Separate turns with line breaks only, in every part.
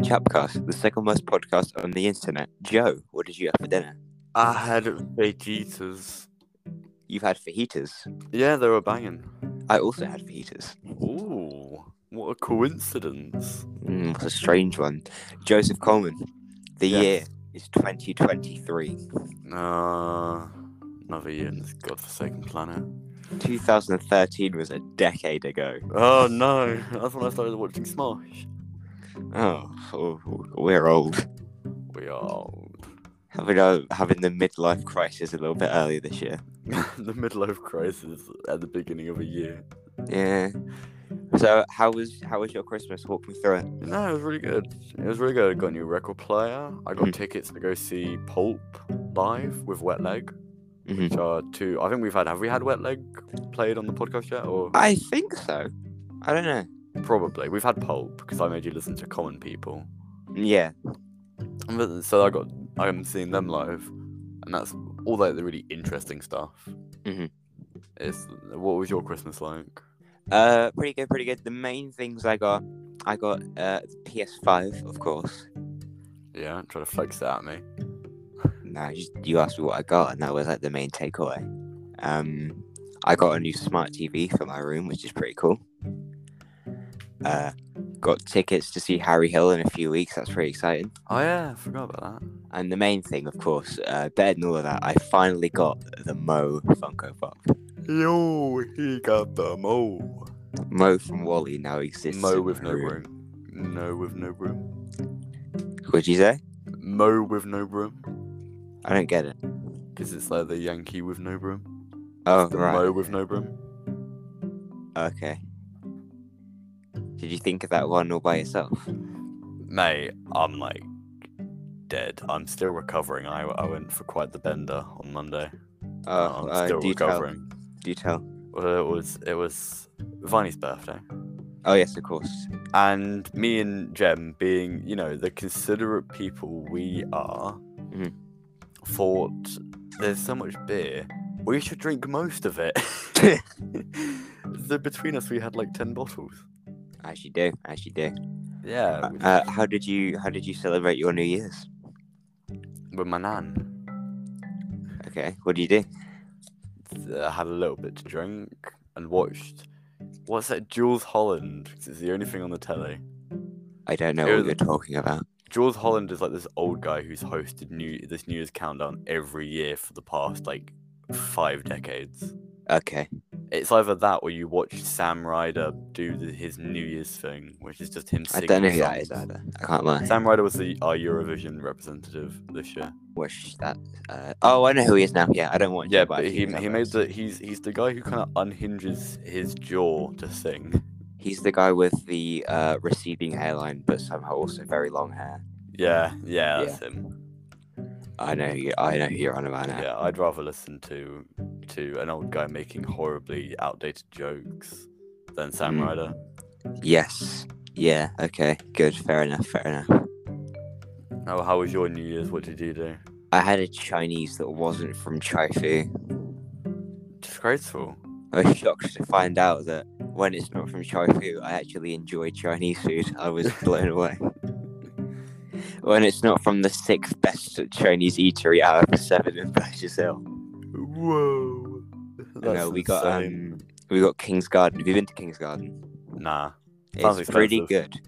Chapcast, the second most podcast on the internet. Joe, what did you have for dinner?
I had fajitas.
You've had fajitas.
Yeah, they were banging.
I also had fajitas.
Ooh, what a coincidence.
Mm, what a strange one. Joseph Coleman, the
Yes.
year is 2023.
Nah, another year in this godforsaken planet.
2013 was a decade ago.
Oh no, that's when I started watching Smash.
Oh, oh, we're old.
We are old.
Having, a, having the midlife crisis a little bit earlier this year.
the middle of crisis at the beginning of a year.
Yeah. So how was how was your Christmas? Walk me through it.
No, it was really good. It was really good. I got a new record player. I got
Mhm.
tickets to go see Pulp live with Wet Leg,
Mhm.
which are two. I think we've had. Have we had Wet Leg played on the podcast yet? Or
I think so. I don't know.
probably we've had Pulp because I made you listen to Common People.
Yeah.
But- So I got. I'm seeing them live, and that's all like the really interesting stuff.
Mhm.
It's what was your Christmas like?
Uh, pretty good, pretty good. The main things I got, I got uh the PS5, of course.
Yeah, try to flex that at me.
Now you, you asked me what I got, and that was like the main takeaway. Um, I got a new smart TV for my room, which is pretty cool. Uh, got tickets to see Harry Hill in a few weeks. That's pretty exciting.
Oh yeah, I forgot about that.
And the main thing, of course, uh, better than all of that, I finally got the Mo Funko Pop.
Yo, he got the mo.
Mo from Wally now exists.
Mo
in
with
my
no room. No with no room.
Would you say?
Mo with no room.
I don't get it.
Because it's like the Yankee with no room.
Oh
The
right.
Mo with no room.
Okay. Did you think of that one all by yourself?
Mate, I'm like dead. I'm still recovering. I, I went for quite the bender on Monday.
Oh,
I'm
uh,
still
do tell.
recovering.
Do tell.
Well, it was it was Viney's birthday.
Oh yes, of course.
and me and Jem being, you know, the considerate people we are,
Mhm.
thought there's so much beer, we should drink most of it. so between us, we had like ten bottles.
I actually do. I actually do.
Yeah, with,
Uh, how did you How did you celebrate your New Year's?
with my nan,
Okay. What do you do?
I uh, had a little bit to drink and watched. What's that? Jules Holland. 'cause it's the only thing on the telly.
I don't know
It
what
was-
you're talking about.
Jules Holland is like this old guy who's hosted new this New Year's countdown every year for the past like five decades.
Okay.
It's either that or you watch Sam Ryder do the, his New Year's thing, which is just him
I
singing.
don't know who that is
songs.
either. I can't lie.
Sam Ryder was the our Eurovision representative this year.
Wish that. Uh... Oh, I know who he is now. Yeah, I don't want.
Yeah,
to, I
but
think
he,
it's
he
that
made
person.
the he's he's the guy who kind of unhinges his jaw to sing.
He's the guy with the uh, receding hairline, but somehow also very long hair.
Yeah, yeah,
Yeah.
that's him.
I know. Who you, I know who you're on about now.
Yeah, I'd rather listen to to an old guy making horribly outdated jokes than Sam
Mm.
Ryder.
Yes. Yeah. Okay. Good. Fair enough. Fair enough.
Oh, how was your New Year's? What did you do?
I had a Chinese that wasn't from Chai Fu.
Disgraceful.
I was shocked to find out that when it's not from Chai Fu, I actually enjoy Chinese food. I was blown away. when it's not from the sixth best Chinese eatery out of the seven in Burgess Hill.
Whoa.
No,
That's
we got
insane.
um, we got King's Garden. Have you been to King's Garden?
Nah. Sounds
It's pretty
expensive.
good.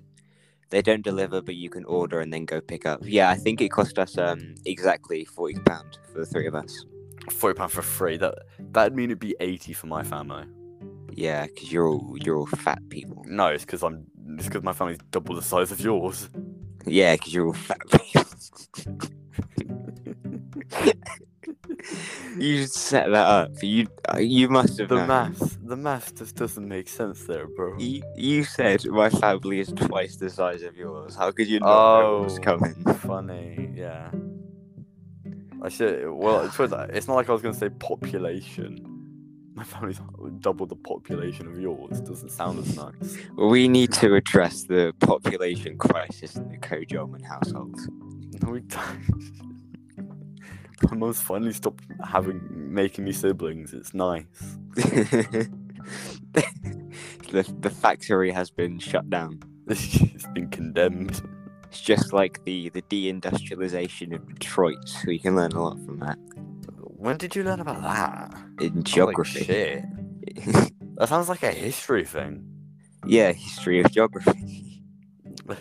They don't deliver, but you can order and then go pick up. Yeah, I think it cost us um exactly forty pound for the three of us.
Forty pound for free. That that'd mean it'd be eighty for my family.
Yeah, because you're all you're all fat people.
No, it's because I'm. It's because my family's double the size of yours.
Yeah, because you're all fat people. you set that up. You uh, you must have
The
known.
maths, the maths just doesn't make sense there, bro.
You, you said my family is twice the size of yours. How could you not know what's
Oh.
coming?
Funny, yeah. I should. Well, it's, worth- it's not like I was gonna say population. My family's double the population of yours. Doesn't sound as nice.
We need to address the population crisis in the Kojoman household.
No, we don't. My mum's finally stopped having making me siblings. It's nice.
the, the factory has been shut down.
it's been condemned.
It's just like the the deindustrialization of Detroit, so you can learn a lot from that
When did you learn about that?
in
Sounds like
geography.
shit. That sounds like a history thing.
yeah, history of geography. But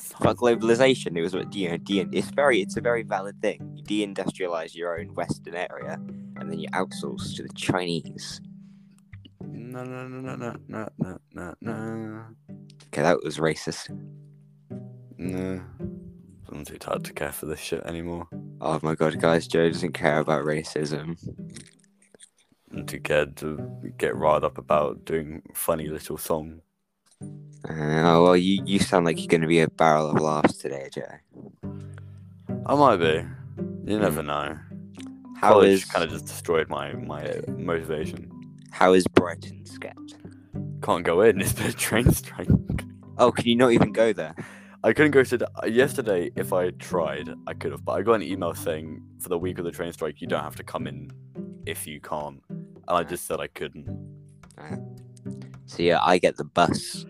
Sounds-
globalization, it was what you know, de- it's very it's a very valid thing. You deindustrialize your own Western area, and then you outsource to the Chinese.
No, no, no, no, no, no, no, no, no.
Okay, that was racist.
No. I'm too tired to care for this shit anymore.
Oh my god, guys, Joe doesn't care about racism.
I'm too scared to get riled up about doing funny little song.
Oh well, you you sound like you're going to be a barrel of laughs today, Joe.
I might be. You never know.
Mm. How
College
is
kind of just destroyed my my motivation.
how is Brighton sketch?
Can't go in. It's been a train strike.
Oh, can you not even go there?
I couldn't go to yesterday. If I tried, I could have. But I got an email saying for the week of the train strike, you don't have to come in if you can't. And I just said I couldn't.
So yeah, I get the bus.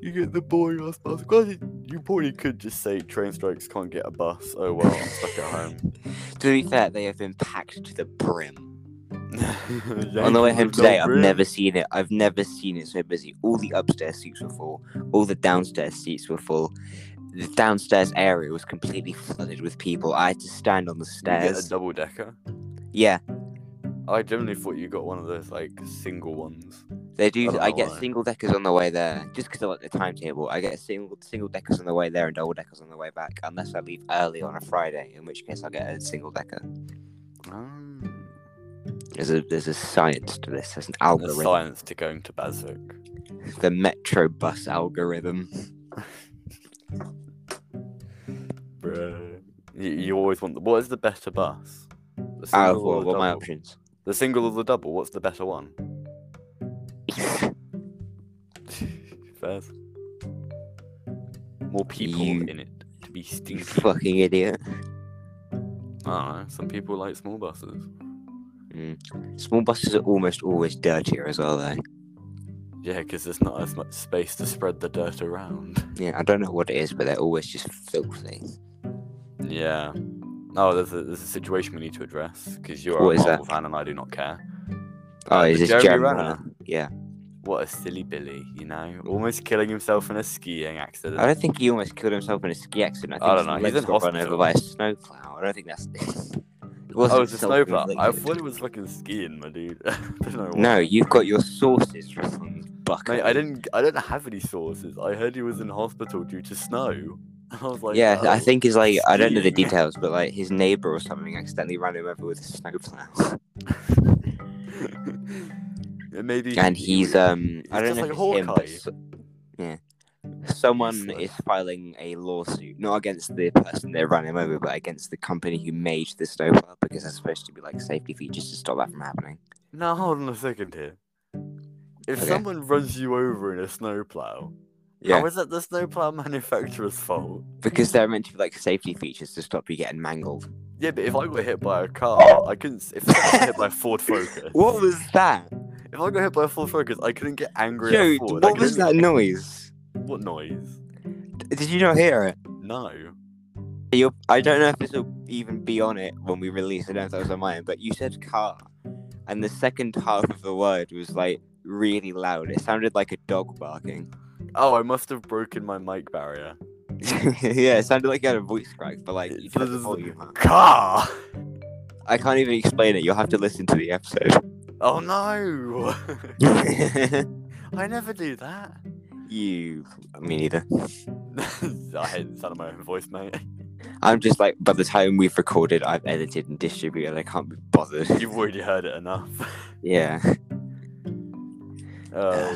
You get the boring ass bus. Well, you probably could just say train strikes can't get a bus. Oh well, I'm stuck at home.
To be fair, they have been packed to the brim. On
On
the way home today, I've never seen it. I've never seen it so busy. All the upstairs seats were full. All the downstairs seats were full. The downstairs area was completely flooded with people. I had to stand on the
Get a
stairs.
double decker.
Yeah,
I generally thought you got one of those like single ones.
They
I
do.
don't
I
know
get
why.
single deckers on the way there, just because I like the timetable. I get single single deckers on the way there and double deckers on the way back, unless I leave early on a Friday, in which case I get a single decker. Oh, There's a there's a science to this. There's an
There's
algorithm.
science to going to Bazuk.
The metro bus algorithm.
Bruh. You, you always want the. What is the better bus? The
Out
single
of what?
or the
Ah, What are my
double?
options?
The single or the double? What's the better one? Fairs. More people
You-
in it to be
You
stinky.
fucking idiot.
I don't know. Some people like small buses.
Small buses are almost always dirtier as well, though.
Yeah, because there's not as much space to spread the dirt around.
Yeah, I don't know what it is, but they're always just filthy.
Uh, Yeah. Oh, there's a, there's a situation we need to address because you're
What
a
is that?
Marvel fan and I do not care.
Oh,
Uh,
is
the
this Jeremy
Jeremy Renner?
Renner? Yeah.
What a silly Billy, you know, almost killing himself in a skiing accident.
I don't think he almost killed himself in a ski accident. I think
I
his
don't know, he's
legs
in
got run over
hospital.
by a snowplow. I don't think that's. it wasn't
oh, it's a snowplow.
self-inflicted.
I thought it was fucking skiing, my dude. I don't know.
No,
why.
you've got your sources from Bucket.
Mate, I didn't. I don't have any sources. I heard he was in hospital due to snow. I was like,
yeah, I
oh.
think it's like I don't know the
skiing.
details, but like his neighbor or something accidentally ran him over with a snowplow,
Yeah, Maybe.
and
he
he's
was-
um I don't
He's
know if
just
it's
like
him, but
Hawkeye.
so- yeah, someone
like-
is filing a lawsuit not against the person that ran him over, but against the company who made the snowplow because there's supposed to be like safety features to stop that from happening.
Now hold on a second here. If
Okay.
someone runs you over in a snowplow, how is that the snowplow manufacturer's fault?
because they're meant to be like safety features to stop you getting mangled.
Yeah, but if I got hit by a car, I couldn't. s- If I got hit by a Ford Focus,
What was that?
If I got hit by a Ford Focus, I couldn't get angry
Dude,
at Ford. I
what was that
couldn't-
noise?
What noise?
Did you not hear it?
No.
You, I don't know if this will even be on it when we release. I don't know if that was on mine, but you said car, and the second half of the word was like really loud. It sounded like a dog barking.
Oh, I must have broken my mic barrier.
yeah, it sounded like you had a voice crack, but like you
It's
turned the
just-
volume up.
Car.
I can't even explain it. You'll have to listen to the episode.
Oh no! I never do that.
you, me neither.
I hate the sound of my own voice, mate.
I'm just like, by the time we've recorded, I've edited and distributed. I can't be bothered.
You've already heard it enough.
yeah.
Uh,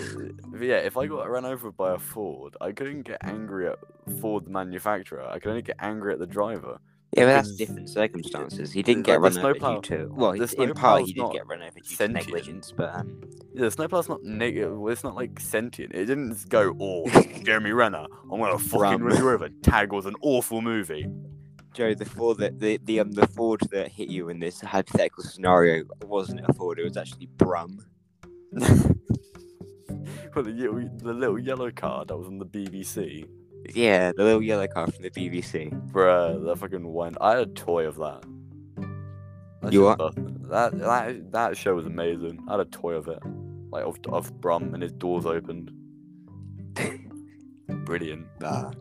but yeah, if I got run over by a Ford, I couldn't get angry at Ford the manufacturer. I could only get angry at the driver.
Yeah, but that's
Because
different circumstances. He didn't
like
get
the
run over
snowplow-
due to well,
the
in part
snowplow's
he did
not
get run over due to
sentient.
negligence, but um,
Yeah, the snowplow's not negative. It's not like sentient. It didn't s- go, "Oh, Jeremy Renner, I'm gonna fucking
Brum.
run you over." Tag was an awful movie.
Joe, the Ford that the, the um the Ford that hit you in this hypothetical scenario wasn't a Ford. It was actually Brum.
Well, the, ye- the little yellow car that was on the BBC.
Yeah, the little yellow car from the BBC.
Bruh, that fucking went. I had a toy of that. That
You what?
shit busted. That, that that show was amazing. I had a toy of it, like of of Brum and his doors opened. Brilliant.
Bah.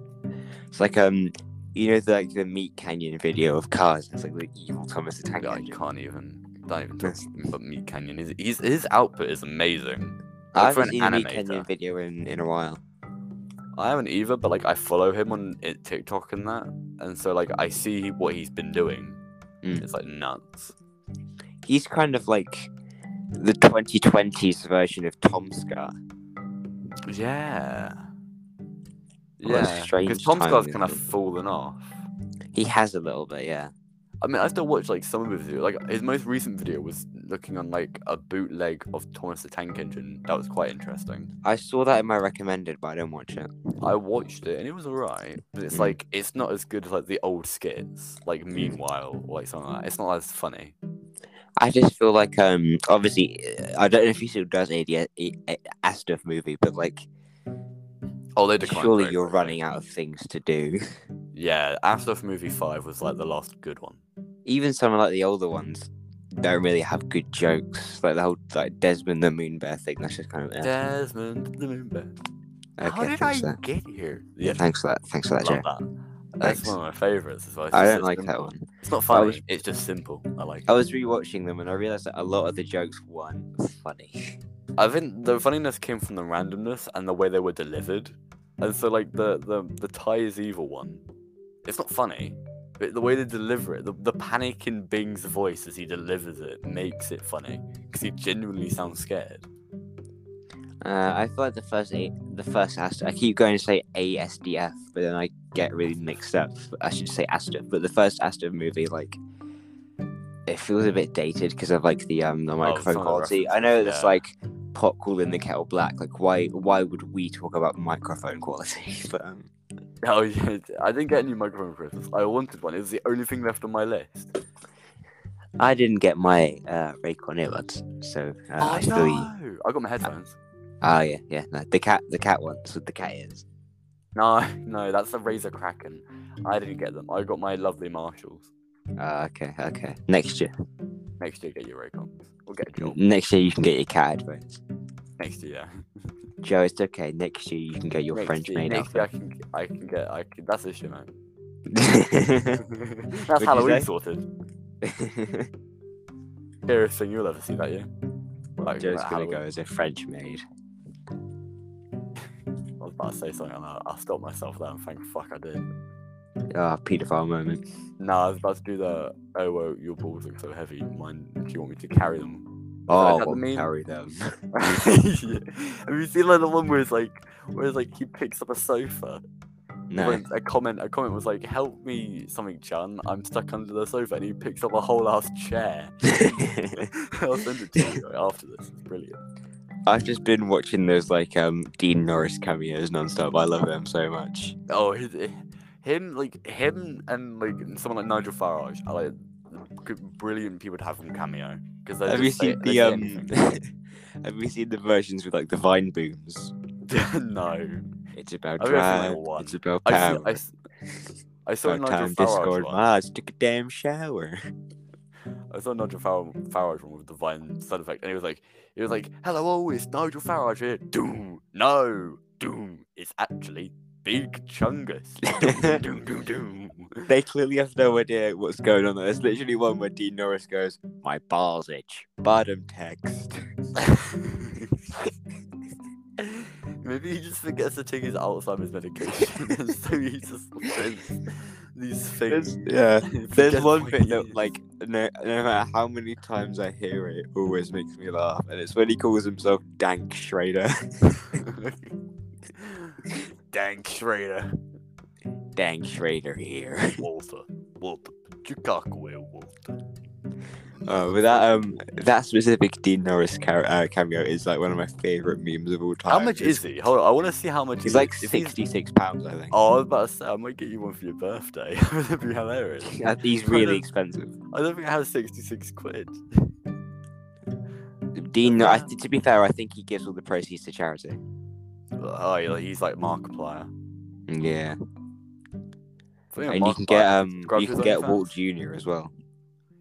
It's like um, you know, the, like the Meat Canyon video of Cars. It's like the evil Thomas the Tank
Yeah,
Engine.
you can't even. Don't even talk
Yes.
about Meat Canyon. His, his his output is amazing.
I
Like, for
haven't
an
seen a Meat Canyon
animator,
video in, in a while.
I haven't either. But like, I follow him on it- TikTok and that, and so like, I see what he's been doing.
Mm.
It's like nuts.
He's kind of like the 2020s version of Tom Scar.
Yeah.
What a
Yeah, because
strange
Tom
time
Scott's
we
kind of
live in.
fallen off.
He has a little bit, yeah.
I mean, I still watch like some of his videos. Like his most recent video was looking on like a bootleg of Thomas the Tank Engine. That was quite interesting.
I saw that in my recommended, but I don't watch it.
I watched it and it was alright, but it's
Mm.
like it's not as good as like the old skits, like
Hmm.
Meanwhile or like something like that. It's not as funny.
I just feel like, um, obviously, uh, I don't know if he still does AD- A- A- stuff movie, but like,
Oh, they declined.
surely
very
you're
quickly.
running out of things to do.
Yeah, Astuff Movie Five was like the last good one.
Even some of like the older ones don't really have good jokes. Like the whole like Desmond the Moon Bear thing. That's just kind of yeah.
Desmond the Moonbear. How
okay.
did I
thanks for that.
get here? Yeah,
Thanks for that. Thanks for that
love
joke.
that. That's
Thanks.
one of my favorites as well. It's
I
just
don't
so
like that
simple.
one.
It's not
I
funny.
was-
It's just simple. I like.
I
It.
was rewatching them and I realized that a lot of the jokes weren't funny.
I think the funniness came from the randomness and the way they were delivered, and so like the the the tie is evil one. It's not funny, but the way they deliver it, the, the panic in Bing's voice as he delivers it makes it funny because he genuinely sounds scared.
Uh, I feel like the first A the first Astor. I keep going to say ASDF, but then I get really mixed up. I should say Astor, but the first Astor movie, like, it feels a bit dated because of like the um the microphone
some of the
quality. I
references,
know it's
Oh, yeah.
like pot calling the kettle black. Like, why why would we talk about microphone quality? but um,
Oh yeah, I didn't get any microphone for Christmas. I wanted one. It was the only thing left on my list.
I didn't get my uh, Raycon earbuds, so uh, I
oh
feel you.
no! I got my headphones.
Ah, yeah, yeah, no, the cat the cat ones with the cat ears.
No, no, that's the Razor Kraken. I didn't get them. I got my lovely Marshalls.
Ah, okay, okay. Next year,
Next year, get your Raycons. We'll get a job.
next year you can get your cat headphones.
Next year,
Joe, it's okay. Next year you can Mm. get your
next
French
year,
maid
next year I
outfit.
can, I can get, I can, that's issue, man. that's
you
Halloween
say?
sorted. Scariest thing you'll ever see that year. Like,
Joe's gonna
like Halloween.
go as a French maid.
I was about to say something, and I, I stopped myself there and thank fuck I did.
Ah, paedophile moment.
Nah, I was about to do the, oh, well, your balls look so heavy. Mine, do you want me to carry them?
Oh,
that the
we'll
meme?
carry them.
Yeah. Have you seen like the one where it's like, where it's like he picks up a sofa?
no,
Like, a comment, a comment was like, "Help me, something, Chan. I'm stuck under the sofa," and he picks up a whole ass chair. I'll send it to you after this. It's brilliant.
I've just been watching those like um Dean Norris cameos nonstop. I love them so much.
Oh, his, him, like him, and like someone like Nigel Farage are like good- brilliant people to have on cameo because
Have you seen the um? have you seen the versions with like the vine booms?
no,
It's about
I've only seen, like,
drive.
one.
It's about
I, s-
power.
I, s- I saw
about
Nigel
time, um,
Farage
Discord, Ah.
one.
Mars. Took a damn shower.
I saw Nigel Far- Farage one with the Vine sound effect, and he was like, he was like, "Hello, oh, it's Nigel Farage here." Doom, no, doom. It's actually Big Chungus. Doom, doom, doom, doom.
They clearly have
Mm.
no idea what's going on. There's literally one where Dean Norris goes, "My balls itch." Bottom text.
Maybe he just forgets to take his Alzheimer's medication, and so he just says these things.
There's, yeah.
He
There's
forgets
one
what
bit
he
that,
is.
like, no, no matter how many times I hear it, it always makes me laugh, and it's when he calls himself Dank Schrader.
Dank Schrader.
Dank Schrader here.
Walter. Walter. Chicago Walter. Oh,
Uh, but that um, that specific Dean Norris ca- uh, cameo is like one of my favorite memes of all time.
How much is he? Hold on, I want to see how much.
He's
he
like
is. If he's-
sixty-six pounds, I think.
Oh, I was about to say, I might get you one for your birthday. That'd be hilarious.
Uh, He's really expensive.
I don't think I have 66 quid.
Dean, I,
Yeah.
th- to be fair, I think he gives all the proceeds to charity.
Oh, yeah, he's like Markiplier.
Yeah,
So, yeah,
and you
Mark
can get
Barkley.
um,
Grubs
you can
with
get
OnlyFans.
Walt Junior as well.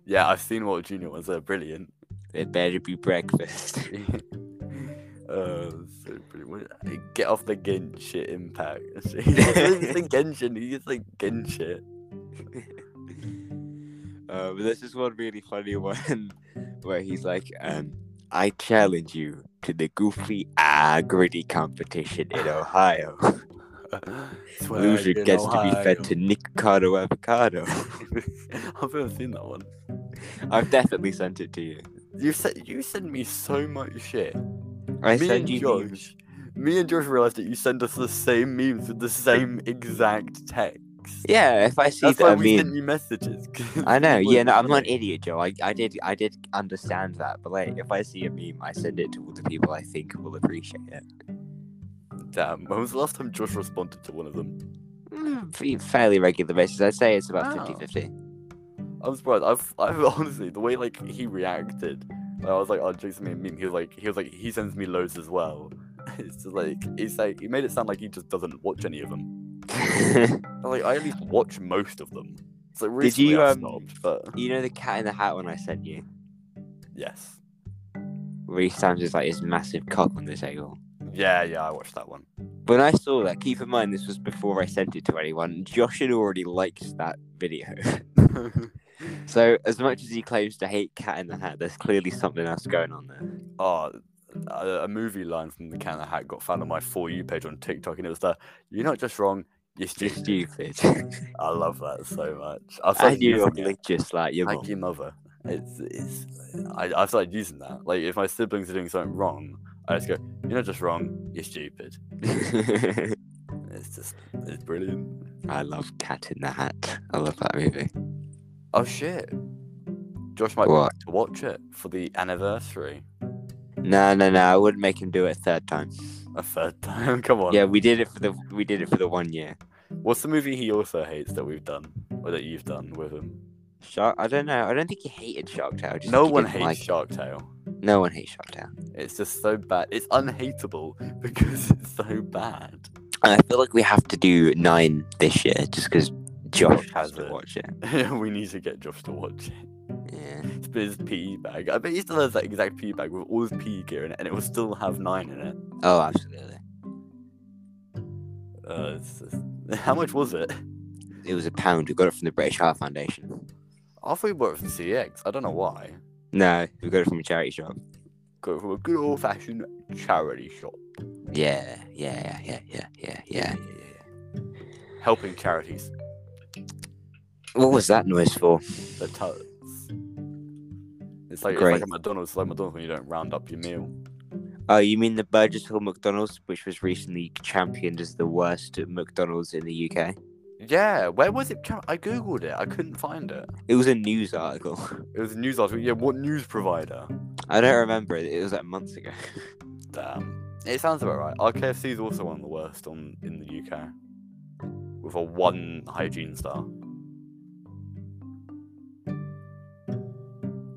Yeah, I've seen Walt Junior ones. They're brilliant.
It better be breakfast.
uh, so pretty much, get off the Genshin impact. he doesn't even say Genshin. He just like Genshin.
Uh, but there's this one really funny one where he's like, um, I challenge you to the goofy ah gritty competition in Ohio. Loser gets to be fed to Nick Cardo Avocado.
I've never seen that one.
I've definitely sent it to you.
You said you send me so much shit.
I
me
send
and
you
Josh,
memes.
me and Josh realized that you send us the same memes with the same exact text.
Yeah, if I see
That's
that,
why
I
we
mean,
sent you messages. 'cause
I know.
we
Yeah,
weren't
no, I'm not an
funny.
idiot, Joe. I, I did, I did understand that. But like, if I see a meme, I send it to all the people I think will appreciate it.
Damn, when was the last time Josh responded to one of them?
Mm, pretty- fairly regular basis. I'd say it's about
Wow.
50 50.
I'm surprised. I've, I've honestly the way like he reacted, I was like, oh, Jake's me a meme. He was like, he was like, he sends me loads as well. It's just like he's like he made it sound like he just doesn't watch any of them. I, Like I at least watch most of them. So recently
you,
I've
um,
stopped, but
you know the cat in the hat one I sent you?
yes,
where he stands with like his massive cock on the table.
yeah, yeah, I watched that one.
When I saw that, keep in mind this was before I sent it to anyone. Josh had already liked that video. so as much as he claims to hate Cat in the Hat, there's clearly something else going on there.
oh, a, a movie line from the Can of Hat got found on my for you page on TikTok, and it was the "You're not just wrong, you're
Just
stupid."
stupid.
I love that so much. I
and
started
you're
using it.
religious like your
Thank
mum.
you, mother. It's it's. I I started using that. Like if my siblings are doing something wrong, I just go, "You're not just wrong, you're stupid." It's just it's brilliant.
I love Cat in the Hat. I love that movie.
Oh shit. Josh might
What?
to watch it for the anniversary.
No, no, no. I wouldn't make him do it a third time.
A third time. Come on.
Yeah, we did it for the we did it for the one year.
What's the movie he also hates that we've done or that you've done with him?
Shark. I don't know. I don't think he hated Shark Tale. I Just
no
think he
one
didn't
hates
like it.
Shark Tale.
No one hates Shark Tale.
It's just so bad. It's unhateable because it's so bad.
I feel like we have to do nine this year just because Josh has to
it.
watch it.
we need to get Josh to watch it.
Yeah.
It's been his PE bag. I bet he still has that exact PE bag with all his PE gear in it, and it will still have nine in it.
Oh, absolutely.
Uh, it's just- How much was it?
It was a pound. We got it from the British Heart Foundation.
I thought we bought it from CX. I don't know why.
No, we got it from a charity shop.
Got it from a good old fashioned charity shop.
Yeah, yeah, yeah, yeah, yeah, yeah.
Helping charities.
What was that noise for?
The tots. It's like, it's
Great.
like a McDonald's. It's like McDonald's when you don't round up your meal.
Oh, you mean the Burgess Hill McDonald's, which was recently championed as the worst McDonald's in the UK?
Yeah, where was it? cha- I googled it. I couldn't find it.
It was a news article.
It was a news article. Yeah, what news provider?
I don't remember it. It was like months ago.
Damn. It sounds about right. Our KFC is also one of the worst on in the UK. With a one hygiene star.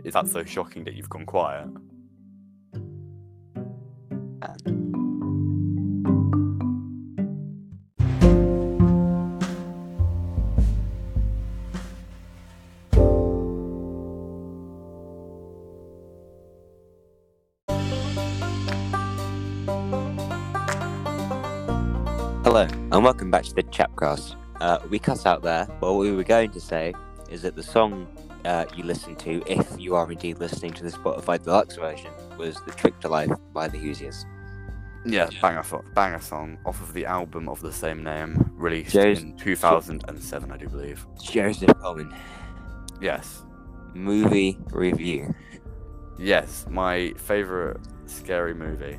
Is that so shocking that you've gone quiet?
Hello, and welcome back to the Chapcast. Uh, we cut out there, but what we were going to say is that the song uh, you listened to, if you are indeed listening to the Spotify Deluxe version, was The Trick to Life by The Hoosiers.
Yeah, banger, fo- banger song off of the album of the same name, released
Joe's-
in 2007, I do believe.
Joseph Coleman,
Yes,
movie review.
yes, my favorite scary movie.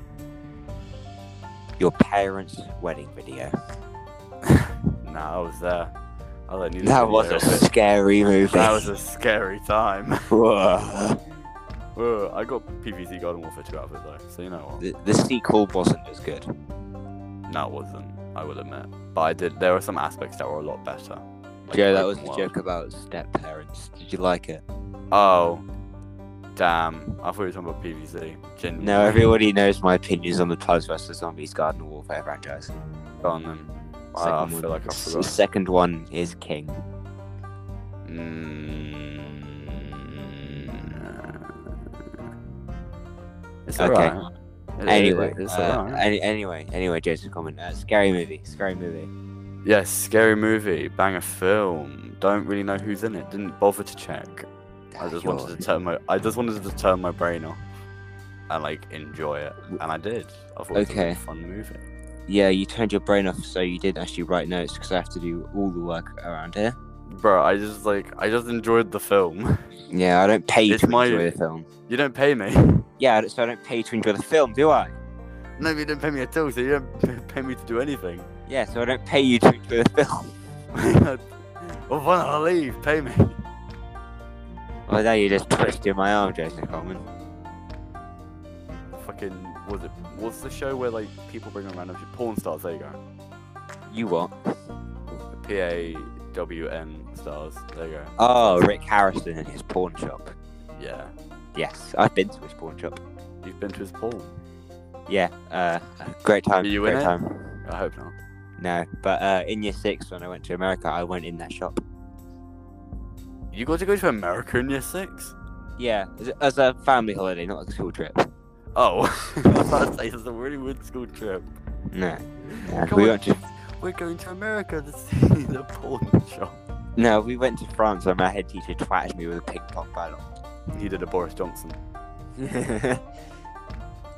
Your parents' wedding video.
Nah, I was there. I don't need to
That
be
was
there,
a
but
scary movie.
that was a scary time.
Whoa.
Whoa, I got PVC Golden War for two out of it though, so you know what?
The, the sequel wasn't as good.
No, it wasn't. I will admit, but I did. There were some aspects that were a lot better. like
Joe, that
open
was a
world.
joke about step parents. Did you like it?
Oh, damn! I thought you were talking about PVC. Genuinely.
No, everybody knows my opinions on the Plants vs. Zombies Garden Warfare franchise. Um,
Go on then. I
Second one.
feel like I
S-
forgot.
Second one is King.
Mm. It's
Okay.
alright. It-
Anyway,
it- it's
uh,
alright.
any- anyway, anyway, Joseph comment. Uh, scary movie, scary movie.
Yes, scary movie, banger film. Don't really know who's in it. Didn't bother to check. I just wanted to turn my I just wanted to turn my brain off and like enjoy it, and I did. I thought it
Okay.
was a fun movie.
Yeah, you turned your brain off, so you did actually write notes because I have to do all the work around here.
Bro, I just like I just enjoyed the film.
Yeah, I don't pay you
It's
to
my-
enjoy the film.
You don't pay me.
Yeah, so I don't pay you to enjoy the film, do I?
No, you don't pay me at all. So you don't pay me to do anything.
Yeah, so I don't pay you to enjoy the film.
well, why not I leave? Pay me.
Well, now you just twisted my arm, Jason Coleman.
Fucking what was it? What's the show where like people bring on random shit? porn stars? There you go.
You what?
P A W N stars. There you go.
Oh, Rick Harrison and his pawn shop.
Yeah,
Yes, I've been to his pawn shop.
you've been to his porn.
Yeah, uh, great time.
Were you in
great
it?
time.
I hope not.
No, but uh, in year six when I went to America, I went in that shop.
You got to go to America in year six.
Yeah, as a, as a family holiday, not like a school trip.
Oh, I was about to say, it's a really weird school trip.
No, no,
Come
we
on.
went to
We're going to America to see the porn shop.
no, we went to France and my head teacher twatted me with a ping pong paddle.
He did a Boris Johnson.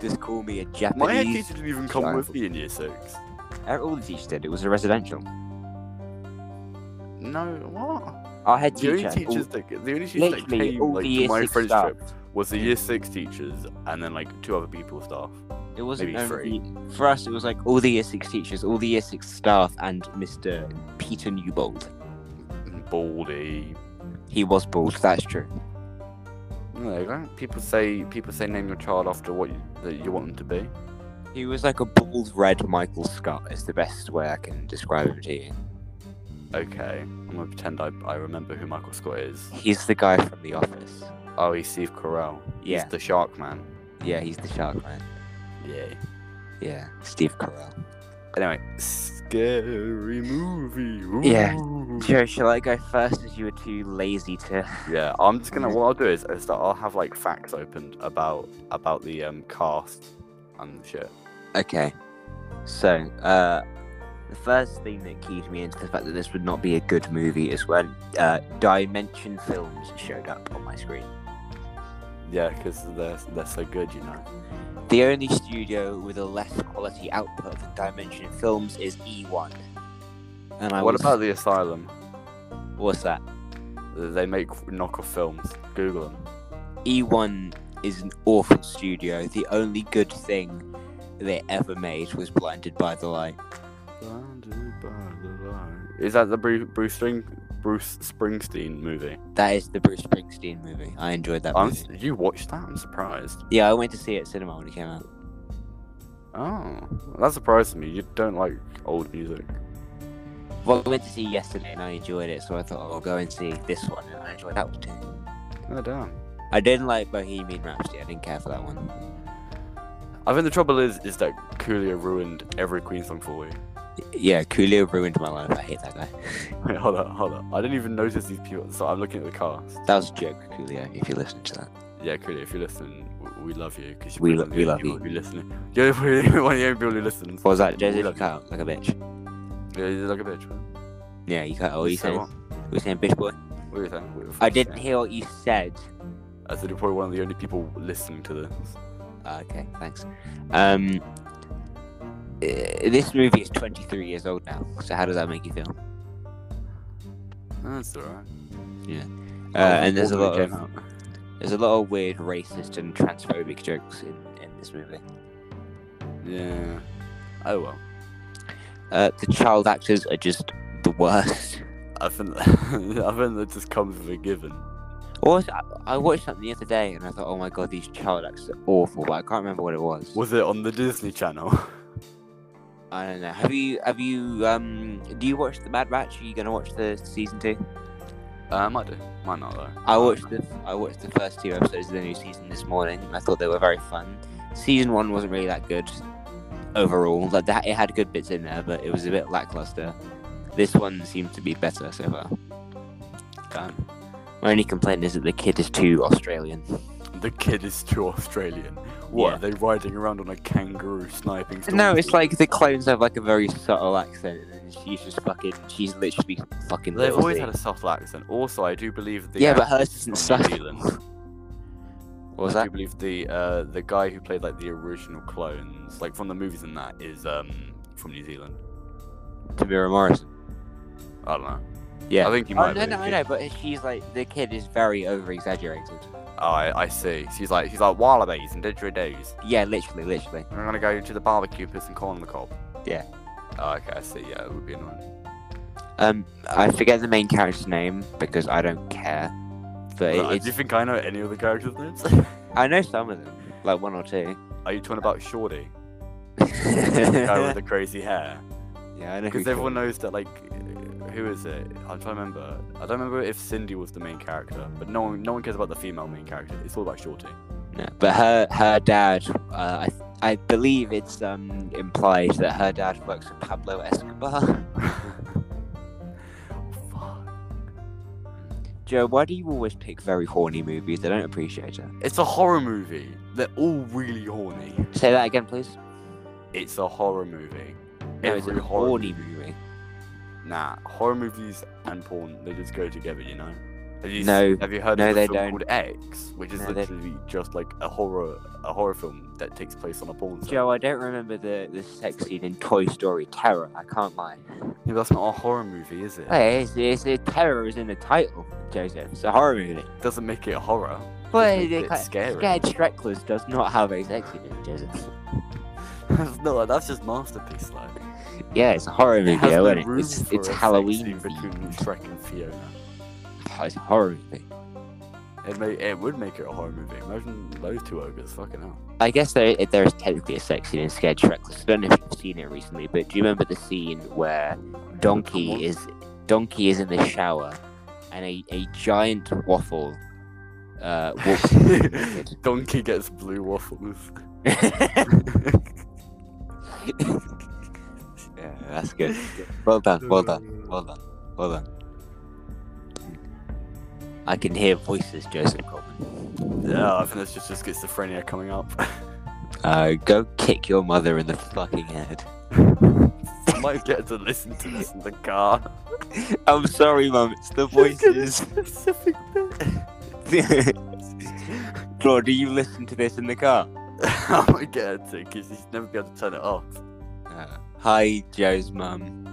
Just call me a
My head
Japanese.
teacher didn't even come
Giant.
with me in year six.
Uh, All the teachers did. It was a residential.
No, what?
Our head
The only
teacher.
teachers that the only teacher that
literally,
came
all
like
the
to
year
my
six
friend's
staff.
trip was the year six teachers and then like two other people staff.
It wasn't
Maybe
only for us. It was like all the year six teachers, all the year six staff, and Mr. Peter Newbold.
Mm, Baldy.
He was bald. That's true.
No, they don't. people say people say name your child after what you, that you want them to be.
He was like a bald red Michael Scott. Is the best way I can describe him to you.
Okay, I'm gonna pretend I, I remember who Michael Scott is.
He's the guy from The Office.
Oh, he's Steve Carell.
Yeah.
He's the Shark Man.
Yeah, he's the shark man.
Yeah.
Yeah, Steve Carell.
Anyway, scary movie.
Yeah.
ooh.
Joe, shall I go first as you were too lazy to?
Yeah, I'm just gonna. What I'll do is, is that I'll have like facts opened about about the um cast and shit.
Okay. So, uh, the first thing that keyed me into the fact that this would not be a good movie is when uh, Dimension Films showed up on my screen.
Yeah, because they're they're so good, you know.
The only studio with a less quality output than Dimension Films is E E1. And I
what
was-
about the Asylum?
what's that?
They make knockoff films. Google them.
E1 E is an awful studio. The only good thing they ever made was Blinded by the Light.
Is that the Bruce Bruce, Spring, Bruce Springsteen movie?
That is the Bruce Springsteen movie. I enjoyed that.
I'm,
movie.
you watched that? I'm surprised.
Yeah, I went to see it at cinema when it came out.
Oh, that surprised me. You don't like old music.
Well, I went to see it yesterday and I enjoyed it, so I thought I'll go and see this one, and I enjoyed that one too.
Oh damn.
I didn't like Bohemian Rhapsody. I didn't care for that one.
I think the trouble is, is that Coolio ruined every Queen song for you.
Yeah, Coolio ruined my life. I hate that guy.
Wait, hold up, hold up. I didn't even notice these people. So I'm looking at the cast.
That was a joke, Coolio. If you listen to that,
Yeah, Coolio, if you're listening, w- we love you because
We lo- we love you.
You listening. You're probably the only- one of the only people who listens.
what was that?
We
Joseph you
love
cut out like a bitch.
you. Yeah, you're like a bitch. man.
Yeah, you cut out. What you
So
saying?
What?
Were you saying bitch boy?
What are you saying? What are you
I
fucking
didn't
saying?
hear what you said.
I said you're probably one of the only people listening to this.
Ah, okay, thanks. Um, eh, this movie is 23 years old now. So how does that make you feel?
That's alright.
Uh,
Oh,
and there's a lot of There's a lot of weird racist and transphobic jokes in, in this movie.
Yeah. Oh well.
Uh, the child actors are just the worst.
I think I think that just comes with a given.
Or I, I watched something the other day and I thought, oh my god, these child actors are awful, but I can't remember what it was.
Was it on the Disney Channel?
I don't know. Have you have you um do you watch the Mad Batch? Are you gonna watch the season two?
uh, might do. Might not though.
I watched the I watched the first two episodes of the new season this morning and I thought they were very fun. Season one wasn't really that good. overall. Like that, it had good bits in there, but it was a bit lackluster. This one seems to be better so far. Um,
Damn.
My only complaint is that the kid is too Australian.
The kid is too Australian. What
Yeah.
are they riding around on a kangaroo sniping?
No, it's
stormtrooper?
like the clones have like a very subtle accent, and she's just fucking. She's literally fucking.
They've
Little
always
C.
had a soft accent. Also, I do believe the
yeah, but
actress
hers isn't
is from New
subtle.
Zealand.
What was
I
that?
do believe the uh, the guy who played like the original clones, like from the movies and that, is um from New Zealand.
Tamira Morrison.
I don't know.
Yeah.
I think he
Oh,
might.
no,
be
no,
the
I
kid.
know, but she's like the kid is very over exaggerated.
Oh, I, I see. She's like she's like wallabies and didgeridoos.
Yeah, literally, literally.
I'm gonna go to the barbecue, put some corn on the cob.
Yeah.
Oh, okay, I see. Yeah, it would be annoying.
Um, I forget the main character's name because I don't care. But
Uh,
it,
do you
it's,
think I know any of the characters' names?
I know some of them, like one or two.
Are you talking about Shorty, the guy with
yeah,
the crazy hair?
I know.
Because
who-
everyone knows that, like, who is it? I'm trying to remember. I don't remember if Cindy was the main character, but no one, no one cares about the female main character. It's all about Shorty.
No, but her her dad, uh, I I believe it's um implied that her dad works for Pablo Escobar.
Fuck.
Joe, why do you always pick very horny movies? I don't appreciate it.
It's a horror movie. They're all really horny.
Say that again, please.
It's a horror movie.
No, it's a
Every horror
horny movie.
Nah, horror movies and porn, they just go together, you know? Have you
No,
have you heard
no,
of
they
a film
don't.
called X, which is
No, they-
literally just like a horror a horror film that takes place on a porn set?
Joe, I don't remember the, the sex scene in Toy Story Terror. I can't lie.
Yeah, that's not a horror movie, is it?
Hey, it's, it's, it- terror is in the title, Joseph. It's a horror movie.
Doesn't make it a horror.
Well,
It's a
they
bit
ca-
scary.
Scared Shrekless does not have a sex scene in it, Joseph.
no, that's just masterpiece like.
Yeah, it's a horror
It
movie,
has
though,
no
isn't it?
room
It's,
for
it's
a sex
Halloween.
scene between
themed.
Shrek and Fiona.
Oh, It's a horror movie.
It may, it would make it a horror movie. Imagine those two ogres, fucking hell.
I guess there, it- there is technically a sex scene in Scared Shrekless. I don't know if you've seen it recently, but do you remember the scene where
Come
Donkey
on.
is Donkey is in the shower, and a, a giant waffle uh, walks naked.
Donkey gets blue waffles.
Yeah, that's good. Well done, well done, well done, well done. I can hear voices, Joseph Coleman.
Yeah, I think that's just, just schizophrenia coming up.
Uh, go kick your mother in the fucking head.
Might get to listen to this in the car.
I'm sorry, mum. It's the voices.
Specific bit.
Claude, do you listen to this in the car?
I might get her to because he's never be able to turn it off.
Uh, hi, Joe's mum.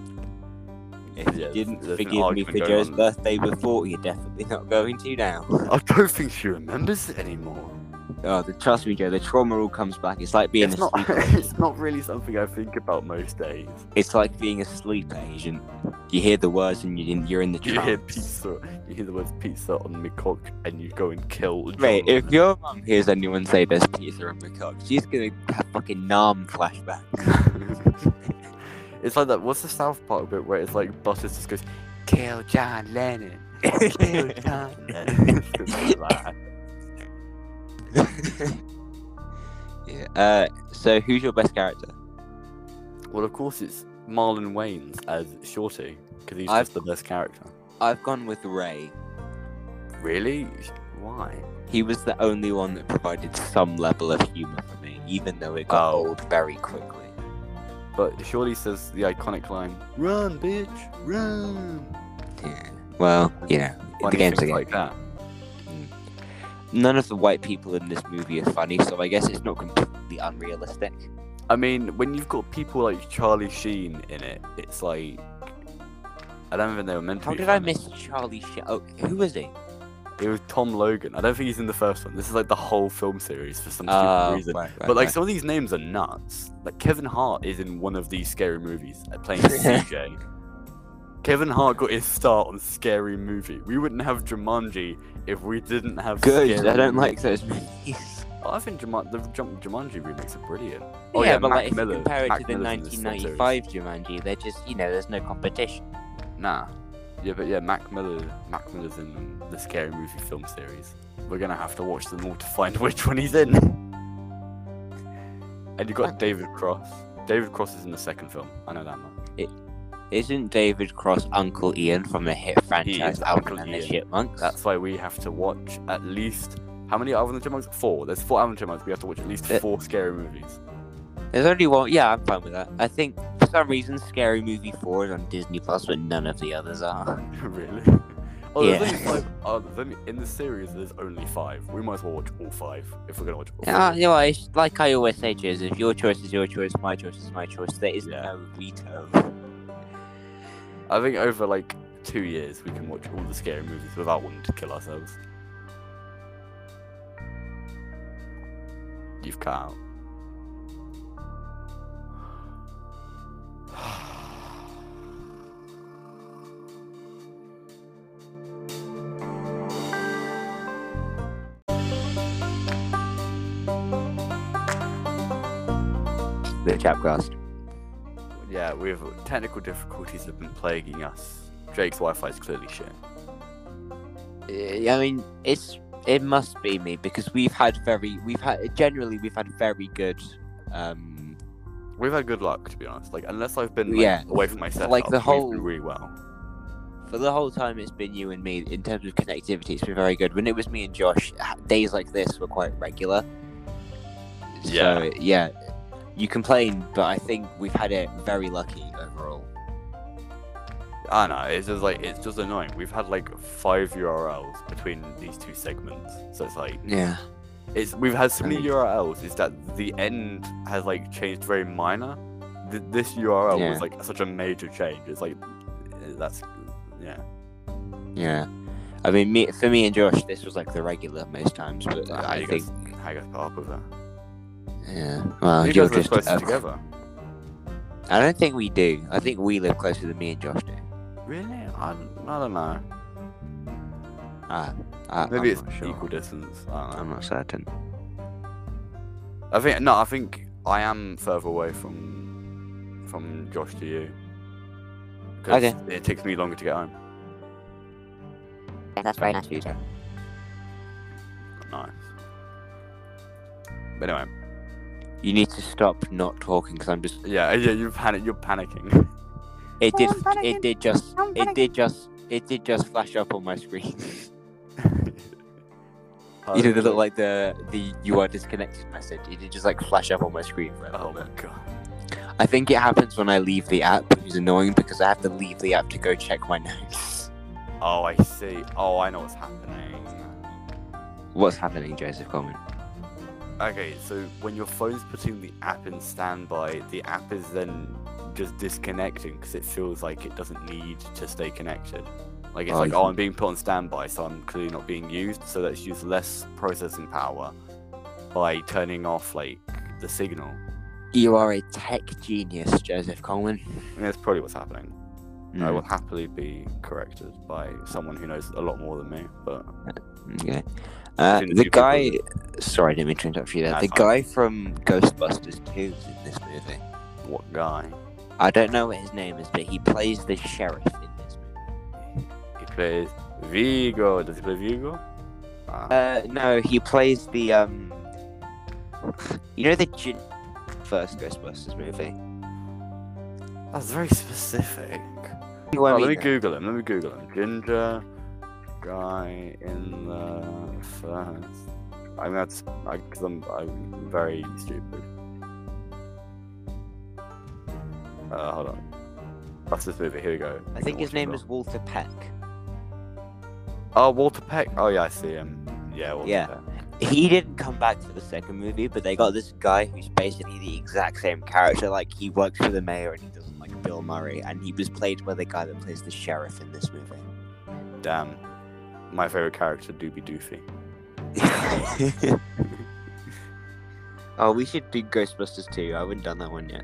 If
Yeah,
you didn't
there's an
forgive me for
argument going
Joe's
on.
birthday before, you're definitely not going to now.
I don't think she remembers it anymore.
Oh, the, trust me, Joe. The trauma all comes back. It's like being
It's
a
not.
sleep.
it's not really something I think about most days.
It's like being a sleep agent. You hear the words and you, you're in the
You hear
trance.
pizza. You hear the words pizza on McCook, and you go and kill.
Mate,
John.
if your mum hears anyone say there's pizza and McCock, she's gonna have fucking Nam flashback.
it's like that. What's the South Park bit where it's like Butters just goes, "Kill John Lennon." Kill John Lennon. Something like that.
yeah. Uh, so who's your best character?
well, of course, it's Marlon Wayans as Shorty because he's
I've-
just the best character.
I've gone with Ray.
Really? Why?
He was the only one that provided some level of humor for me, even though it got
Oh.
old very quickly.
But Shorty says the iconic line, "Run, bitch, run."
Yeah. Well, you know,
Funny
the game's
things
a game.
like that.
None of the white people in this movie are funny, so I guess it's not completely unrealistic.
I mean, when you've got people like Charlie Sheen in it, it's like I don't even know they were meant to
How
be
did I
funny.
miss Charlie Sheen? Oh, who is he?
It was Tom Logan. I don't think he's in the first one. This is like the whole film series for some stupid
Oh,
reason.
right, right,
but like
right.
some of these names are nuts. Like Kevin Hart is in one of these scary movies uh, playing CJ. Kevin Hart got his start on Scary Movie. We wouldn't have Jumanji if we didn't have.
good.
Scary
I don't
Movie.
like those movies.
Oh, I think Juman- the Jum- Jumanji remakes are brilliant.
Oh,
Oh
yeah,
yeah,
but
Mac
like if
Miller-
you compare it
Mac
to the
Miller's in this film series.
1995 Jumanji, they're just you know there's no competition.
Nah. Yeah, but yeah, Mac Miller, Mac Miller's in the Scary Movie film series. We're gonna have to watch them all to find which one he's in. and you got David Cross. David Cross is in the second film. I know that much.
Isn't David Cross Uncle Ian from the hit franchise Alvin
Uncle
and the
Ian.
Chipmunks?
That's why we have to watch at least how many Alvin and the Chipmunks? Four. There's four Alvin and the Chipmunks. We have to watch at least
Uh,
four scary movies.
There's only one. Yeah, I'm fine with that. I think for some reason, Scary Movie 4 is on Disney Plus, but none of the others are.
really? Oh, there's
Yeah.
only five. Oh, there's only, in the series, there's only five. We might as well watch all five if we're gonna watch all.
Yeah,
five.
you know, what, it's like I always say, James, if your choice is your choice, my choice is my choice, there is
Yeah.
no veto.
I think over like two years, we can watch all the scary movies without wanting to kill ourselves. You've cut out.
The Chapcast.
Yeah, we have technical difficulties have been plaguing us. Jake's Wi-Fi is clearly shit.
Uh, I mean, it's it must be me because we've had very, we've had generally we've had very good, um,
We've had good luck, to be honest. Like, unless I've been like,
Yeah,
away from my
like
setup,
the whole-
we've been really well.
for the whole time it's been you and me in terms of connectivity. It's been very good. When it was me and Josh, h- days like this were quite regular.
Yeah.
So, yeah. You complain, but I think we've had it very lucky overall.
I know. It's just like it's just annoying. We've had like five URLs between these two segments, so it's like
Yeah.
it's we've had so many
Right.
URLs. Is that the end has like changed very minor. Th- this URL
Yeah.
was like such a major change. It's like eh, that's yeah.
Yeah. I mean, me, for me and Josh, this was like the regular most times, but
How
I
you
think,
guys, how you guys put up with that?
yeah. Well,
you
you're
guys live
just,
closer
uh,
together.
I don't think we do. I think we live closer than me and Josh do.
Really? I, don't- I don't know.
Ah, I,
Maybe
I'm
it's
not sure.
equal distance. I don't know.
I'm not certain.
I think no, I think I am further away from from Josh to you. 'Cause
Okay.
It takes me longer to get home.
That's very nice of you, Josh.
Nice. But anyway,
You need to stop not talking because I'm just.
yeah, yeah, you're panic, you're panicking.
It
Oh,
did.
I'm panicking.
It did just.
I'm
It did just. It did just flash up on my screen. you know the little like the the you are disconnected message. It did just like flash up on my screen for a little
Oh my
bit.
god.
I think it happens when I leave the app, which is annoying because I have to leave the app to go check my notes.
Oh, I see. Oh, I know what's happening.
What's happening, Joseph Coleman?
Okay, so when your phone's putting the app in standby, the app is then just disconnecting because it feels like it doesn't need to stay connected. Like it's
Oh,
like,
I
oh,
see.
I'm being put on standby, so I'm clearly not being used. So let's use less processing power by turning off like the signal.
You are a tech genius, Joseph Coleman.
And that's probably what's happening. I
Mm,
will happily be corrected by someone who knows a lot more than me. But
okay. Uh,
Didn't
the
you
guy. Sorry, I didn't mean to interrupt you there.
That's
the
fine.
guy from Ghostbusters 2 is in this movie.
what guy?
I don't know what his name is, but he plays the sheriff in this movie.
He plays Vigo. Does he play Vigo? Ah.
Uh, no, he plays the um. You know the gin- first Ghostbusters movie.
That's very specific.
You know what I
Oh, let me
mean?
Google him. Let me Google him. Ginger guy in the first. I'm that's because I'm I'm very stupid. Uh, hold on. That's this movie. Here we go.
I think his
Watch it
name
up.
is Walter Peck.
Oh, Walter Peck. Oh yeah, I see him. Yeah. Walter
Yeah.
Peck.
He didn't come back for the second movie, but they got this guy who's basically the exact same character. Like he works for the mayor and he doesn't like Bill Murray, and he was played by the guy that plays the sheriff in this movie.
Damn. My favorite character, Doobie Doofy.
oh, we should do Ghostbusters 2. I haven't done that one yet.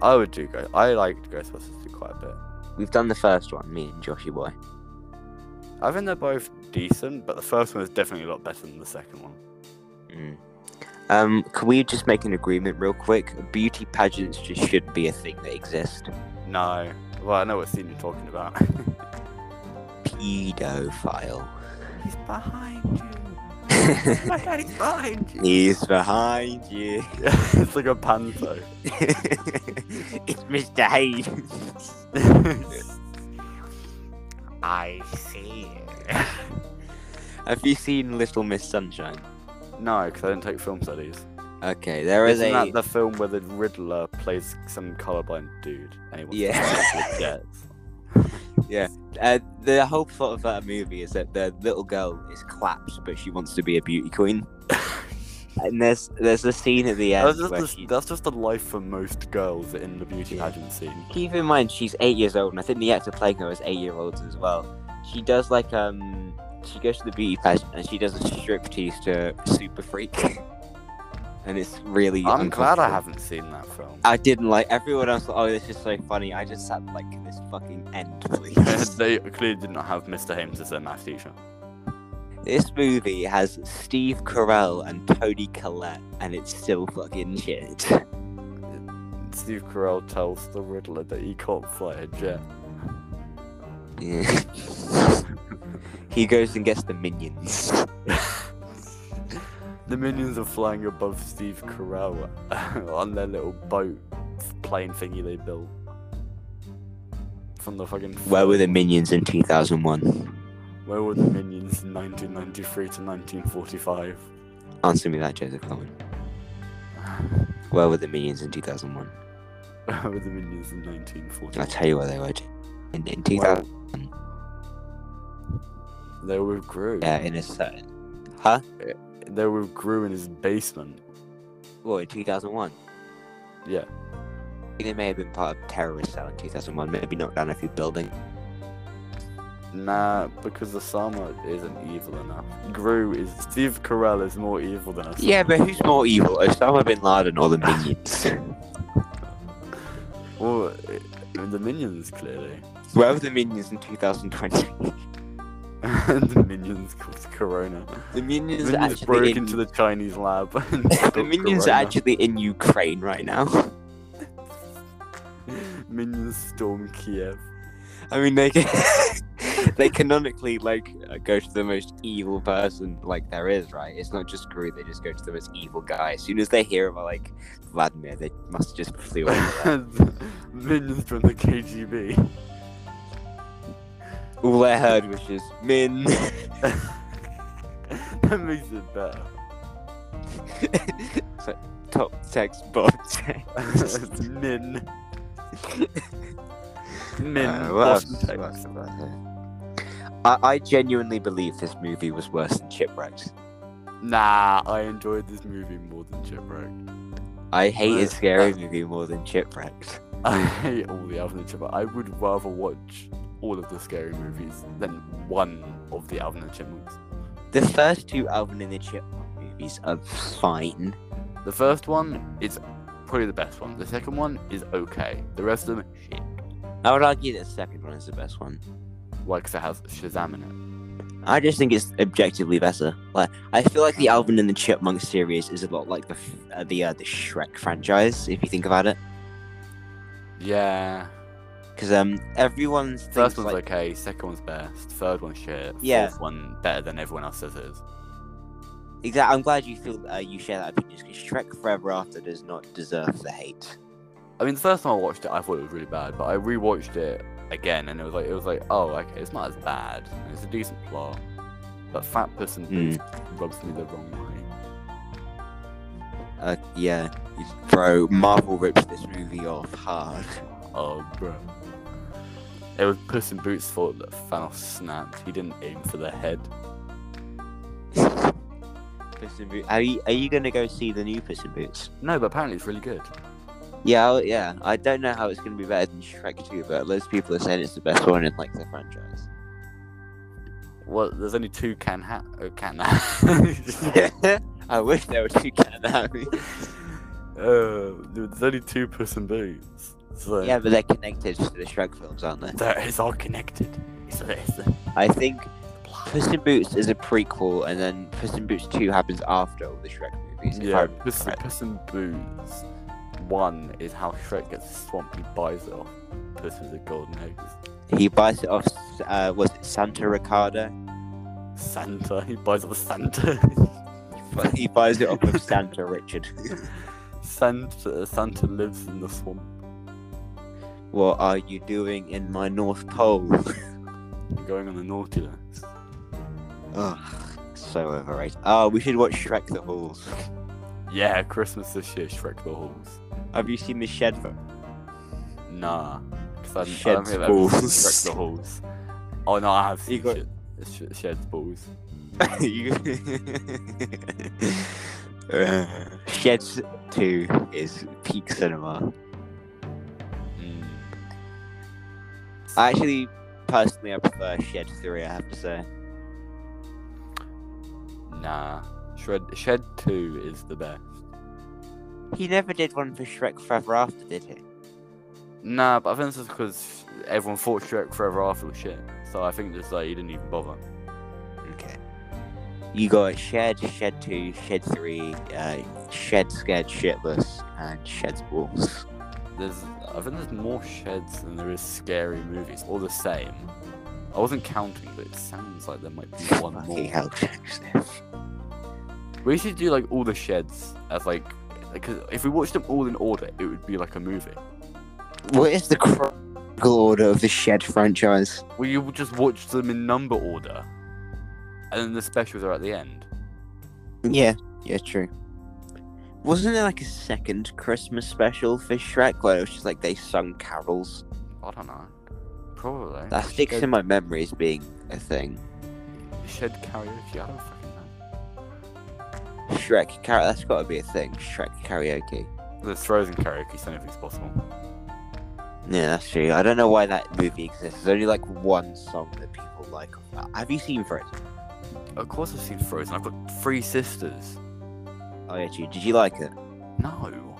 I would do Ghost. I liked Ghostbusters 2 quite a bit.
We've done the first one, me and Joshy Boy.
I think they're both decent, but the first one is definitely a lot better than the second one.
Mm. Um, can we just make an agreement real quick? Beauty pageants just should be a thing that exists.
No. Well, I know what scene you're talking about.
Pedophile.
He's behind you. My daddy's behind you.
He's behind you.
it's like a panto.
it's Mr. Hayes.
I see.
Have you seen Little Miss Sunshine?
No, because I didn't take film studies.
Okay, there is
Isn't
a.
that the film where the Riddler plays some colorblind dude? And he wants
Yeah.
To get
Uh, the whole plot of that movie is that the little girl is clapped, but she wants to be a beauty queen. and there's there's a scene at the end
that's, just
where
the,
she,
that's just the life for most girls in the beauty
Yeah.
pageant scene.
keep in mind she's eight years old, and I think the actor playing her is eight year olds as well. She does like um she goes to the beauty pageant and she does a striptease to Super Freak, and it's really.
I'm glad I
uncomfortable.
haven't seen that film.
I didn't like everyone else. thought, Oh, this is so funny. I just sat like this fucking end, please.
they clearly did not have Mr. Hames as their math teacher.
This movie has Steve Carell and Tony Collette, and it's still fucking shit.
Steve Carell tells the Riddler that he can't fly a jet.
Yeah. he goes and gets the minions.
The minions are flying above Steve Carell on their little boat plane thingy they built from the fucking.
Where were the
film.
minions in 2001?
Where were the minions in 1993 to 1945?
Answer me that, Joseph Coleman. Where were the minions in 2001?
Where were the minions in
I'll
1945?
tell you where they were. J- In, in 2000,
They were with Gru.
yeah, in a certain. Huh?
They were with Gru in his basement.
Well, in 2001.
Yeah.
They may have been part of terrorist cell in 2001, maybe knocked down a few buildings.
Nah, because Osama isn't evil enough. Gru is Steve Carell is more evil than Osama.
Yeah, but who's more evil, Osama bin Laden or the minions?
Well, I mean, the minions clearly.
Where were the minions in 2020?
the minions caused Corona.
The minions,
The
are
minions broke
actually in,
into the Chinese lab. And
the
got
minions are
corona.
actually in Ukraine right now.
minions storm Kiev.
I mean, they can, they canonically like uh, go to the most evil person like there is, right? It's not just Gru; they just go to the most evil guy. As soon as they hear about like Vladimir, they must just flee away.
minions from the KGB.
All I heard was just Min.
that makes it better.
It's like, Top text, bottom text.
Min. Min.
Uh, what
Boston,
else- what
Texas.
else have I heard? I, I genuinely believe this movie was worse than Shipwrecked.
Nah, I enjoyed this movie more than Chipwreck.
I hated Scary Movie more than Shipwrecked.
I hate all the Alvin and Chipmunk. I would rather watch all of the scary movies than one of the Alvin and Chipmunks.
The first two Alvin and the Chipmunk movies are fine.
The first one is probably the best one. The second one is okay. The rest of them, shit.
I would argue that the second one is the best one.
Why? Because it has Shazam in it.
I just think it's objectively better. Like I feel like the Alvin and the Chipmunk series is a lot like the f- uh, the uh, the Shrek franchise if you think about it,
Yeah.
because um everyone's thinks,
First one's
like,
okay. Second one's best. Third one's shit.
Yeah.
Fourth one better than everyone else says it is.
Exactly. I'm glad you feel uh, you share that opinion because Shrek Forever After does not deserve the hate.
I mean, the first time I watched it, I thought it was really bad, but I rewatched it again, and it was like, it was like, oh, okay, it's not as bad. and It's a decent plot, but Fat Puss in
Hmm.
Boots rubs me the wrong way.
Uh, yeah, bro, Marvel ripped this movie off hard.
Oh, bro. It was Puss in Boots' fault that Thanos snapped. He didn't aim for the head.
Puss in Boots. Are you, are you gonna go see the new Puss in Boots?
No, but apparently it's really good.
Yeah, I'll- yeah. I don't know how it's gonna be better than Shrek 2, but loads of people are saying it's the best one in like the franchise.
Well, there's only two can ha- uh, can
I wish there were two cat happy.
uh, there's only two Puss in Boots. So
Yeah, but they're connected to the Shrek films, aren't they?
they're- it's all connected. It's, it's the
I think
plot.
Puss in Boots is a prequel, and then Puss in Boots 2 happens after all the Shrek movies. if I
Yeah,
remember
Puss,
correctly.
Puss in Boots. One is how Shrek gets the swamp. He buys it off Puss with the golden eggs.
He buys it off. Uh, was it Santa Ricarda?
Santa. He buys it off Santa.
but he buys it off of Santa Richard.
Santa Santa lives in the swamp.
What are you doing in my North Pole?
You're going on the naughty list.
Ugh, so overrated. Oh, we should watch Shrek the Halls.
Yeah, Christmas this year, Shrek the Halls.
Have you seen the shed?
Nah, because I, didn't- I don't
Shed's
think I've ever seen
balls.
Shrek the Halls. Oh no, I have
You
seen
got-
shit. It's sh- Shed's balls.
You- uh, Sheds 2 is peak cinema.
Mm.
I actually, personally, I prefer Shed 3, I have to say.
Nah, Shred Shed Two is the best.
He never did one for Shrek Forever After, did he?
Nah, but I think this is because everyone thought Shrek Forever After was shit. So I think just like he didn't even bother.
Okay. You got Shed, Shed 2, Shed 3, uh, Shed Scared Shitless, and Shed's Balls.
There's I think there's more sheds than there is scary movies, all the same. I wasn't counting, but it sounds like there might be one
Fucking
more.
hell, Joseph.
We should do like all the sheds as like, because if we watched them all in order, it would be like a movie.
What is the chronological order of the Shed franchise?
We would just watch them in number order, and then the specials are at the end.
Yeah, yeah, true. Wasn't there like a second Christmas special for Shrek where it was just like they sung carols?
I don't know. Probably.
That sticks in my memory as being a thing.
Shed karaoke. I don't fucking know.
Shrek karaoke, that's gotta be a thing. Shrek karaoke.
There's frozen karaoke, so anything's possible.
Yeah, that's true. I don't know why that movie exists. There's only like one song that people like. Have you seen Frozen?
Of course, I've seen Frozen. I've got three sisters.
Oh yeah, true. Did you like it?
No.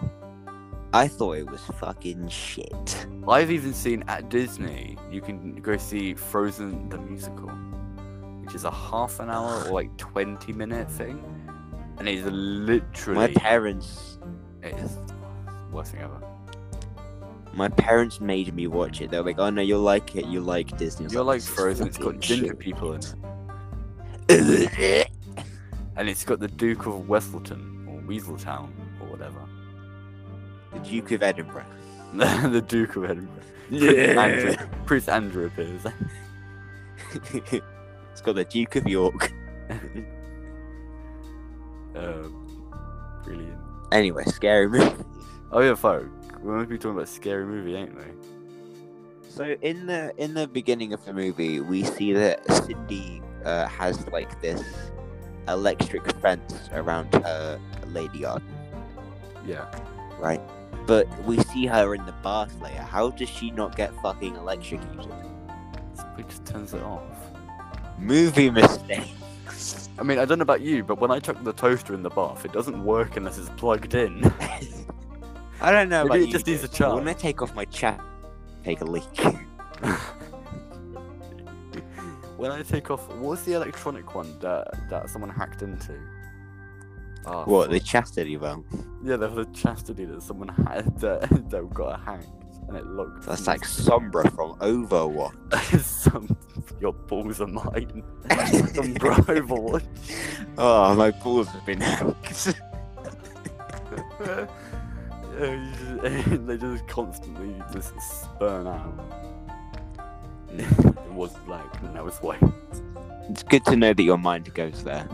I thought it was fucking shit.
I've even seen at Disney, you can go see Frozen the Musical, which is a half an hour or like 20 minute thing. And it's literally.
My parents
it is the worst thing ever.
My parents made me watch it. They were like, "Oh no, you'll like it. You like Disney." I was
You're like
"This is
Frozen, it's got
fucking
ginger
shit."
people in it. And it's got the Duke of Westleton, or Weaseltown, or whatever.
the Duke of Edinburgh.
the Duke of Edinburgh. Andrew, Prince Andrew appears.
it's got the Duke of York.
um, brilliant.
Anyway, scary movie.
Oh yeah, fuck. We're meant to be talking about scary movie, ain't we?
So in the in the beginning of the movie, we see that Cindy uh, has like this electric fence around her lady yard,
Yeah.
right? But we see her in the bath later. How does she not get fucking electrocuted?
Somebody just turns it off.
Movie mistake.
I mean, I don't know about you, but when I chuck the toaster in the bath, it doesn't work unless it's plugged in.
I don't know.
Maybe
about
it just
you,
needs a
Joseph, but When I
charge.
take off my chat, take a leak.
when I take off, what's the electronic one that that someone hacked into? Ah,
what
fuck.
the chastity belt?
Yeah, there was a chastity that someone had that, that got hacked and it locked.
That's
in.
like Sombra from Overwatch.
some your balls are mine. some bro overwatch.
Oh, my balls have been hacked.
Uh, you just- they just constantly just spurn out. it was black and now it's white.
it's good to know that your mind goes there.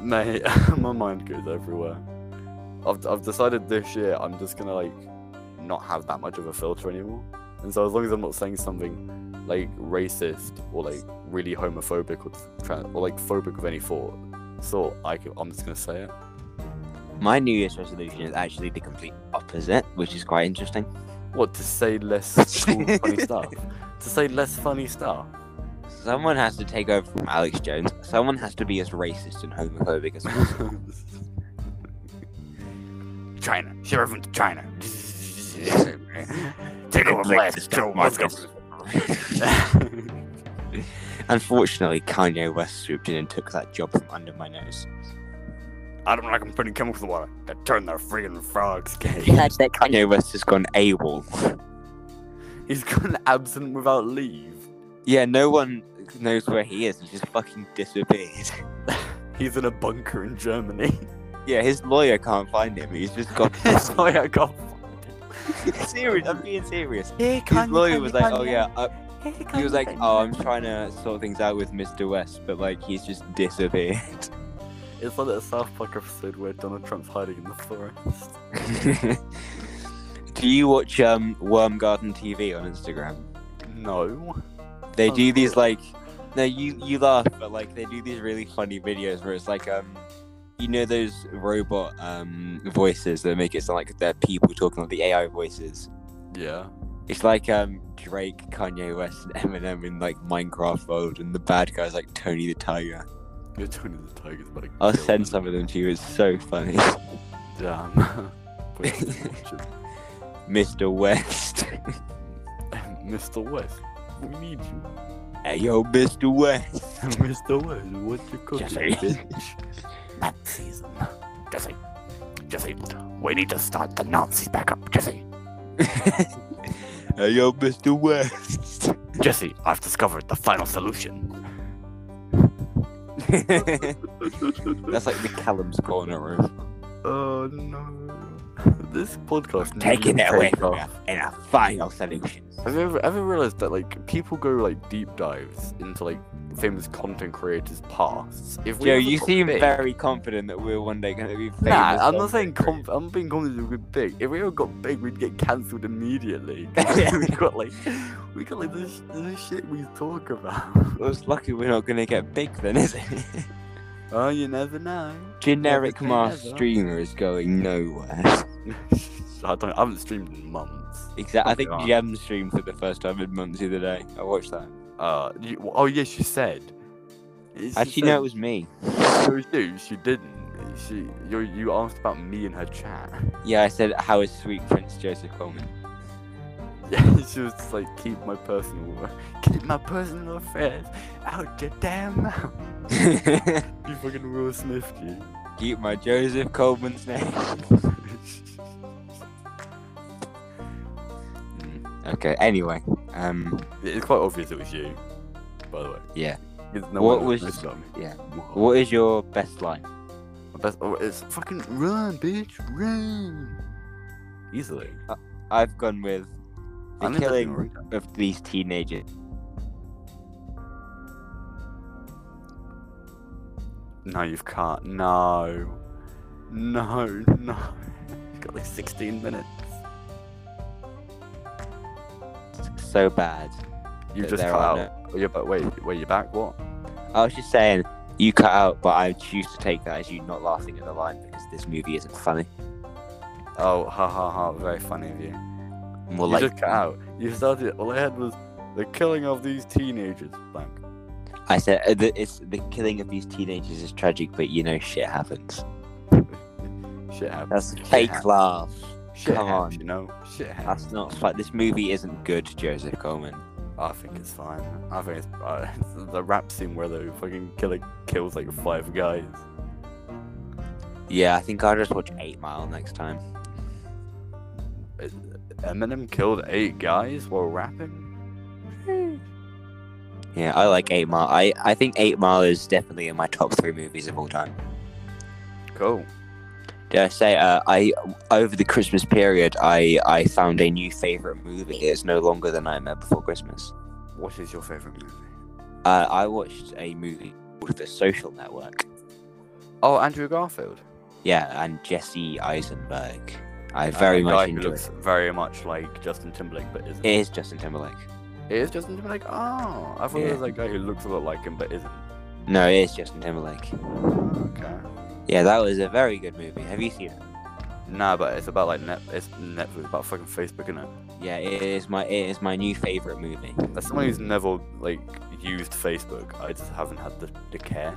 Mate, my mind goes everywhere. I've, I've decided this year I'm just gonna like not have that much of a filter anymore. And so as long as I'm not saying something like racist or like really homophobic or, trans- or like phobic of any sort, so I can, I'm just gonna say it.
My New Year's resolution is actually the complete opposite, which is quite interesting.
What to say less cool, funny stuff? To say less funny stuff.
Someone has to take over from Alex Jones. Someone has to be as racist and homophobic as possible.
China. Ship everyone to China. Take over Alaska. Kill Moscow.
Unfortunately, Kanye West swooped in and took that job from under my nose.
I don't like them putting chemicals in the water. That turn their friggin' frogs gay.
That's that Kanye West has gone AWOL.
He's gone absent without leave.
Yeah, no one knows where he is. He just fucking disappeared.
He's in a bunker in Germany.
Yeah, his lawyer can't find him. He's just got.
Sorry, I got.
serious. I'm being serious.
Hey,
His
Kanye,
lawyer
Kanye,
was like, "Oh
Kanye.
yeah," uh,
Hey,
he was
Kanye,
like,
Kanye.
"Oh, I'm trying to sort things out with Mr. West," but like he's just disappeared.
It's like that South Park episode where Donald Trump's hiding in the forest.
do you watch um, Worm Garden TV on Instagram?
No.
They
Oh,
do these
cool.
like, no, you you laugh, but like they do these really funny videos where it's like um, you know those robot um voices that make it sound like they're people talking like the AI voices.
Yeah.
It's like um Drake, Kanye West, and Eminem in like Minecraft world, and the bad guy's like Tony the Tiger.
You're Tony the Tiger's about to
I'll
kill me.
send some of them to you. It's so funny,
Damn. Wait, watch it.
Mr. West.
Mr. West, we need you.
hey yo, Mr. West.
Mr. West, what's your cooking,
Jesse.
bitch?
That season. Jesse. Jesse, we need to start the Nazis back up. Jesse.
hey yo, Mr. West.
Jesse, I've discovered the final solution.
That's like the Callum's corner room.
Oh no. This podcast
Taking
really
Mm, it away
takes
from
off.
us in a final solution.
Have you ever, ever realized that like people go like deep dives into like famous content creators' pasts? If we
Joe,
ever
you
got
seem
big-
very confident that we're one day going to be famous.
Nah, I'm not
on
saying
the
conf- I'm being confident we're big. If we ever got big, we'd get cancelled immediately. 'Cause we got like, we got like this, this shit we talk about.
grid. Well, it's lucky we're not going to get big then, is it?
Oh, you never know.
Generic
Never,
mass
never.
streamer is going nowhere.
I don't. I haven't streamed in months.
Exactly. I think
Fucking
Gem streamed for the first time in months the other day. I watched that.
Uh, you, oh yes, you said. Yes, you
Actually, no,
said.
it was me.
No, you, she didn't. She, you, you asked about me in her chat.
Yeah, I said, "How is sweet Prince Joseph Coleman?"
Yeah, she was just like, keep my personal, keep my personal affairs out your damn mouth. You fucking Will Smith, dude.
Keep my Joseph Coleman's name. Okay. Anyway, um,
it's quite obvious it was you, by the way.
Yeah.
It's no
What
one
was-
knows about me.
yeah. What is your best line?
That's, oh, it's fucking run, bitch, run. Easily.
I've gone with the
I'm in
Uh, killing
Denmark.
of these teenagers.
No, you've can't. No. No, no. You've got like 16 minutes.
So bad.
You
But
just
there
cut
are
out. Oh, you're back. Wait, wait, you're back? What?
I was just saying, you cut out, but I choose to take that as you not laughing at the line because this movie isn't funny.
Oh, ha ha ha. Very funny of you.
More
you
like,
just cut out. You started. All I had was the killing of these teenagers. Blank.
I said, uh, the, it's the killing of these teenagers is tragic, but you know, shit happens.
Shit happens.
That's
Shit
fake
happens.
laugh.
Shit
Come
happens,
on.
you know. Shit happens.
That's not fun. This movie isn't good, Joseph Coleman.
I think it's fine. I think it's uh, the rap scene where the fucking killer kills like five guys.
Yeah, I think I'll just watch Eight Mile next time.
Eminem killed eight guys while rapping.
Yeah, I like Eight Mile. I, I think Eight Mile is definitely in my top three movies of all time.
Cool.
Did I say uh, I over the Christmas period I I found a new favorite movie. It's no longer The Nightmare Before Christmas.
What is your favorite movie?
Uh, I watched a movie called The Social Network.
Oh, Andrew Garfield.
Yeah, and Jesse Eisenberg. I very
Uh, guy
much
who
enjoyed.
looks very much like Justin Timberlake, but isn't.
It is Justin Timberlake.
it is Justin Timberlake. Oh, I thought
Yeah.
it was that guy who looks a lot like him but isn't.
No, it is Justin Timberlake.
Okay.
Yeah, that was a very good movie. Have you seen it?
Nah, but it's about like net. It's Netflix about fucking Facebook, isn't it?
Yeah, it is my it is my new favorite movie.
As someone who's never like used Facebook, I just haven't had the, the care.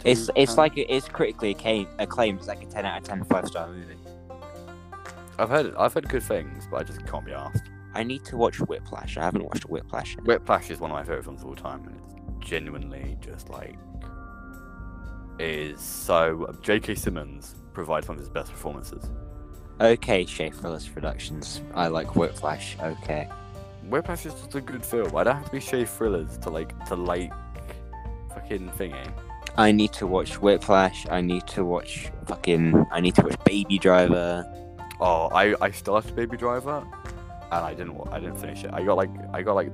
to
It's it's
kinda-
like it's critically acca- acclaimed. It's like a ten out of 10 5 star movie.
I've heard I've heard good things, but I just can't be asked.
I need to watch Whiplash. I haven't watched Whiplash. Yet.
Whiplash is one of my favorite films of all time, and it's genuinely just like is so. J.K. Simmons provides one of his best performances.
Okay, Shea Phillips Productions. I like Whiplash. Okay.
Whiplash is just a good film. I don't have to be Shea Thrillers to like to like fucking thingy.
I need to watch Whiplash. I need to watch fucking. I need to watch Baby Driver.
Oh, I, I started Baby Driver, and I didn't wa- I didn't finish it. I got like I got like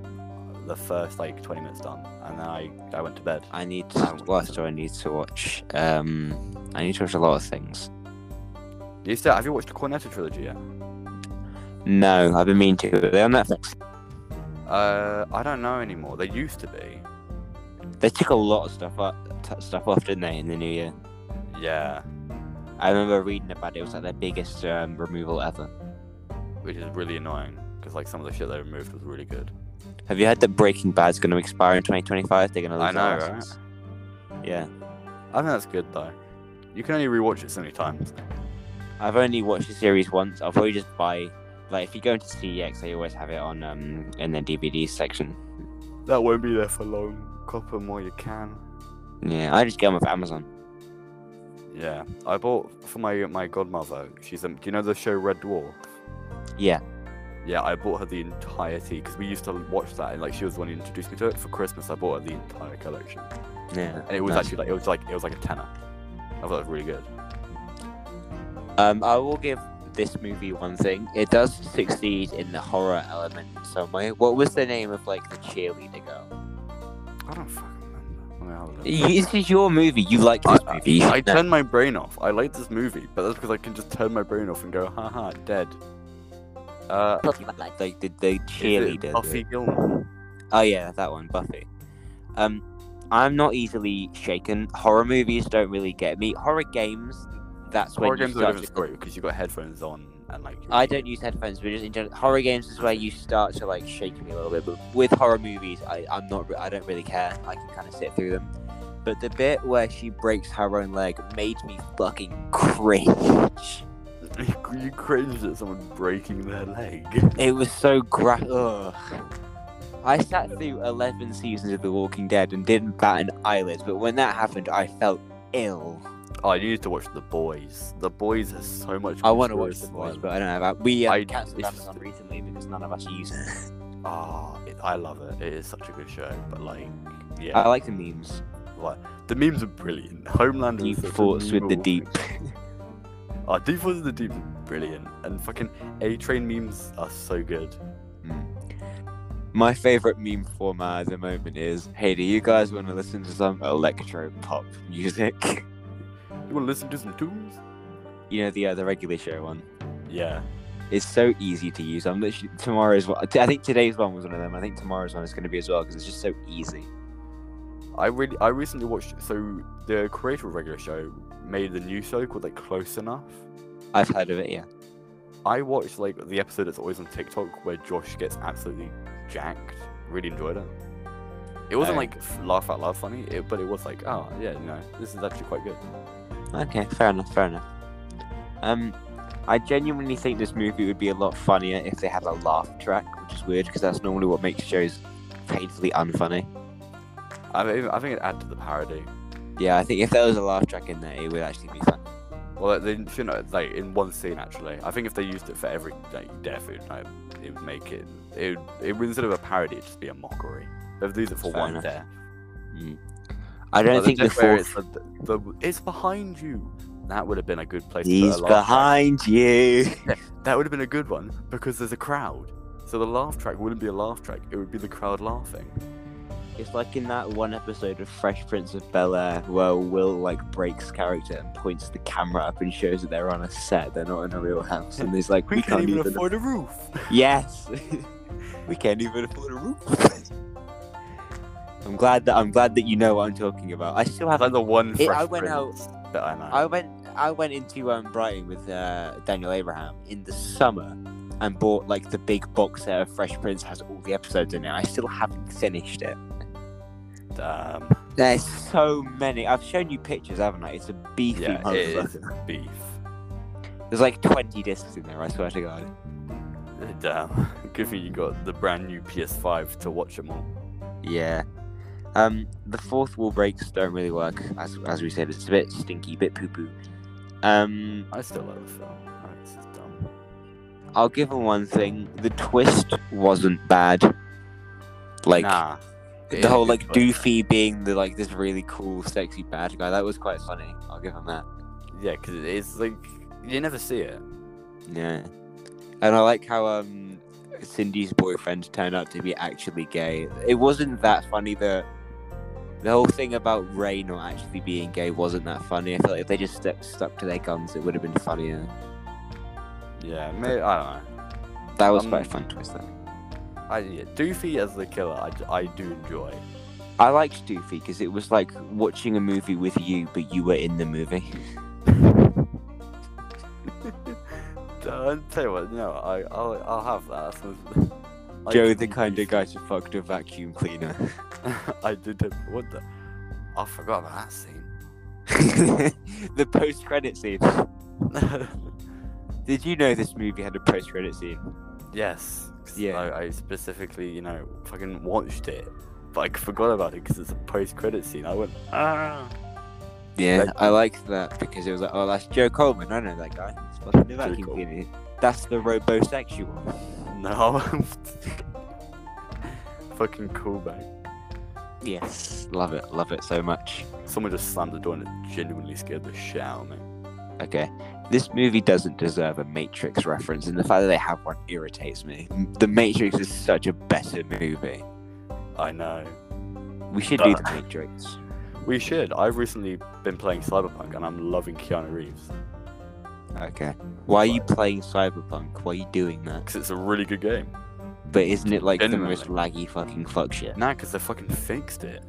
the first like twenty minutes done, and then I I went to bed.
I need to. What else do I need to watch? Um, I need to watch a lot of things.
You still have you watched the Cornetto trilogy yet?
No, I've been meaning to. but They're on Netflix.
Uh, I don't know anymore. They used to be.
They took a lot of stuff up, t- stuff off, didn't they, in the new year?
Yeah,
I remember reading about it. It was like their biggest um, removal ever.
which is really annoying because like some of the shit they removed was really good.
Have you heard that Breaking Bad's going to expire in 2025? They're going to
I
lose their
know, right?
license. Yeah,
I think that's good though. You can only rewatch it so many times.
I've only watched the series once. I'll probably just buy. Like, if you go into CEX, they always have it on um in their DVD section.
That won't be there for long. Cop 'em while you can.
Yeah, I just get them off Amazon.
Yeah, I bought for my my godmother. She's um, do you know the show Red Dwarf?
Yeah.
Yeah, I bought her the entirety because we used to watch that, and like she was the one who introduced me to it for Christmas. I bought her the entire collection,
Yeah,
and it was
nice.
actually like it was like it was like a tenner. I thought it was really good.
Um, I will give this movie one thing. It does succeed in the horror element in some way. What was the name of like the cheerleader girl?
I don't fucking remember. Let me have a look.
You- This is your movie. You like this movie. you
I
should know.
turn my brain off. I like this movie, but that's because I can just turn my brain off and go, haha, dead. Uh,
Talking about, like the, the, the
is it
cheerleader.
Buffy Gilmore.
Oh yeah, that one, Buffy. Um, I'm not easily shaken. Horror movies don't really get me. Horror games, that's when
Horror
you
games are a
start
different
to-
story because you've got headphones on and like. you're
I
really-
don't use headphones, but just in general, horror games is where you start to like shake me a little bit. But with horror movies, I, I'm not. re- I don't really care. I can kind of sit through them. But the bit where she breaks her own leg made me fucking cringe.
you cringed at someone breaking their leg.
It was so gra- Ugh. I sat through 11 seasons of The Walking Dead and didn't bat an eyelid. But when that happened, I felt ill.
Oh, you need to watch The Boys. The Boys has so much.
I want to watch The
mysterious
Boys,
violence.
but I don't have. We uh,
I-
cancelled
it's
Amazon recently because none of us use it.
Ah, it I love it. It is such a good show, but like, yeah,
I like the memes.
like the memes are brilliant. Homelander.
Deep
is such a
thoughts with the
memeable
deep.
thing. Ah, deep thoughts with the deep, is brilliant. And fucking A Train memes are so good.
My favorite meme format at the moment is hey, do you guys want to listen to some electro pop music?
You want to listen to some tunes?
you know, the uh, the regular show one.
Yeah.
It's so easy to use. I'm literally tomorrow's one. I think today's one was one of them. I think tomorrow's one is going to be as well because it's just so easy.
I really, I recently watched. So the creator of regular show made the new show called like Close Enough.
I've heard of it, yeah.
I watched like the episode that's always on TikTok where Josh gets absolutely jacked. Really enjoyed it. It wasn't
Oh.
like f- laugh out loud funny, it, but it was like, oh yeah, you know, this is actually quite good.
Okay, fair enough, fair enough. Um, I genuinely think this movie would be a lot funnier if they had a laugh track, which is weird because that's normally what makes shows painfully unfunny.
I mean, I think it added to the parody.
Yeah, I think if there was a laugh track in there, it would actually be fun.
Well, like, they you know, like in one scene actually. I think if they used it for every like death, it would, like, it would make it. It would, it would instead of a parody, it'd just be a mockery. If they use it for
Fair
one
enough.
death.
I don't
Like,
think the
death where
fourth
it's, the, the- it's behind you. That would have been a good place. to put a
He's
laugh track.
behind you.
That would have been a good one because there's a crowd. So the laugh track wouldn't be a laugh track, it would be the crowd laughing.
It's like in that one episode of Fresh Prince of Bel Air where Will like breaks character and points the camera up and shows that they're on a set, they're not in a real house, and he's like, "We, can't, even,
afford a roof.
yes, we can't even afford a roof." I'm glad that I'm glad that you know what I'm talking about. I still
That's
have.
like the one
It-
fresh
I went out-
Prince that I know.
I went I went into um, Brighton with uh, Daniel Abraham in the summer and bought like the big box set of Fresh Prince has all the episodes in it. I still haven't finished it.
Damn.
There's so many. I've shown you pictures, haven't I? It's a beefy
Yeah, it is
motherfucker.
beef.
There's like 20 discs in there, I swear to God.
Damn. Good thing you got the brand new PS5 to watch them all.
Yeah. Um, the fourth wall breaks don't really work, as, as we said. It's a bit stinky, bit poo poo. Um,
I still love the film. Oh, this is dumb.
I'll give them one thing. The twist wasn't bad. Like,
nah.
the whole like Doofy being the like this really cool, sexy bad guy. That was quite funny. I'll give him that.
Yeah, because it's like you never see it.
Yeah, and I like how um Cindy's boyfriend turned out to be actually gay. It wasn't that funny. The the whole thing about Ray not actually being gay wasn't that funny. I feel like if they just stuck stuck to their guns, it would have been funnier.
Yeah, maybe, I don't know.
That was
Um,
quite a fun twist. Though.
I, yeah, Doofy as the killer, I, d- I do enjoy.
I liked Doofy because it was like watching a movie with you, but you were in the movie.
I'll uh, tell you what, no, I, I'll, I'll have that. That's- I
Joe,
did
the
him
kind of
brief-
guy to fuck a vacuum cleaner.
I did him. What the? I forgot about that scene.
the post credit scene. Did you know this movie had a post credit scene?
yes. 'cause
Yeah.
I, I specifically, you know, fucking watched it, but I forgot about it because it's a post-credit scene. I went, ah.
Yeah,
Like-
I liked that because it was like, oh, that's Joe Coleman. I know that guy. He's fucking a
Joe
vacuum
Coleman.
cleaner. That's the robosexual.
No. Fucking callback.
Yes, love it, love it so much.
Someone just slammed the door and it genuinely scared the shit out of me.
Okay, this movie doesn't deserve a Matrix reference, and the fact that they have one irritates me. M- The Matrix is such a better movie.
I know.
We should do
Uh.
the Matrix.
We should. I've recently been playing Cyberpunk and I'm loving Keanu Reeves
Okay, why are you playing Cyberpunk? Why are you doing that?
because it's a really good game.
But isn't it like the
Genuinely.
most laggy fucking fuck shit?
Nah, because they fucking fixed it.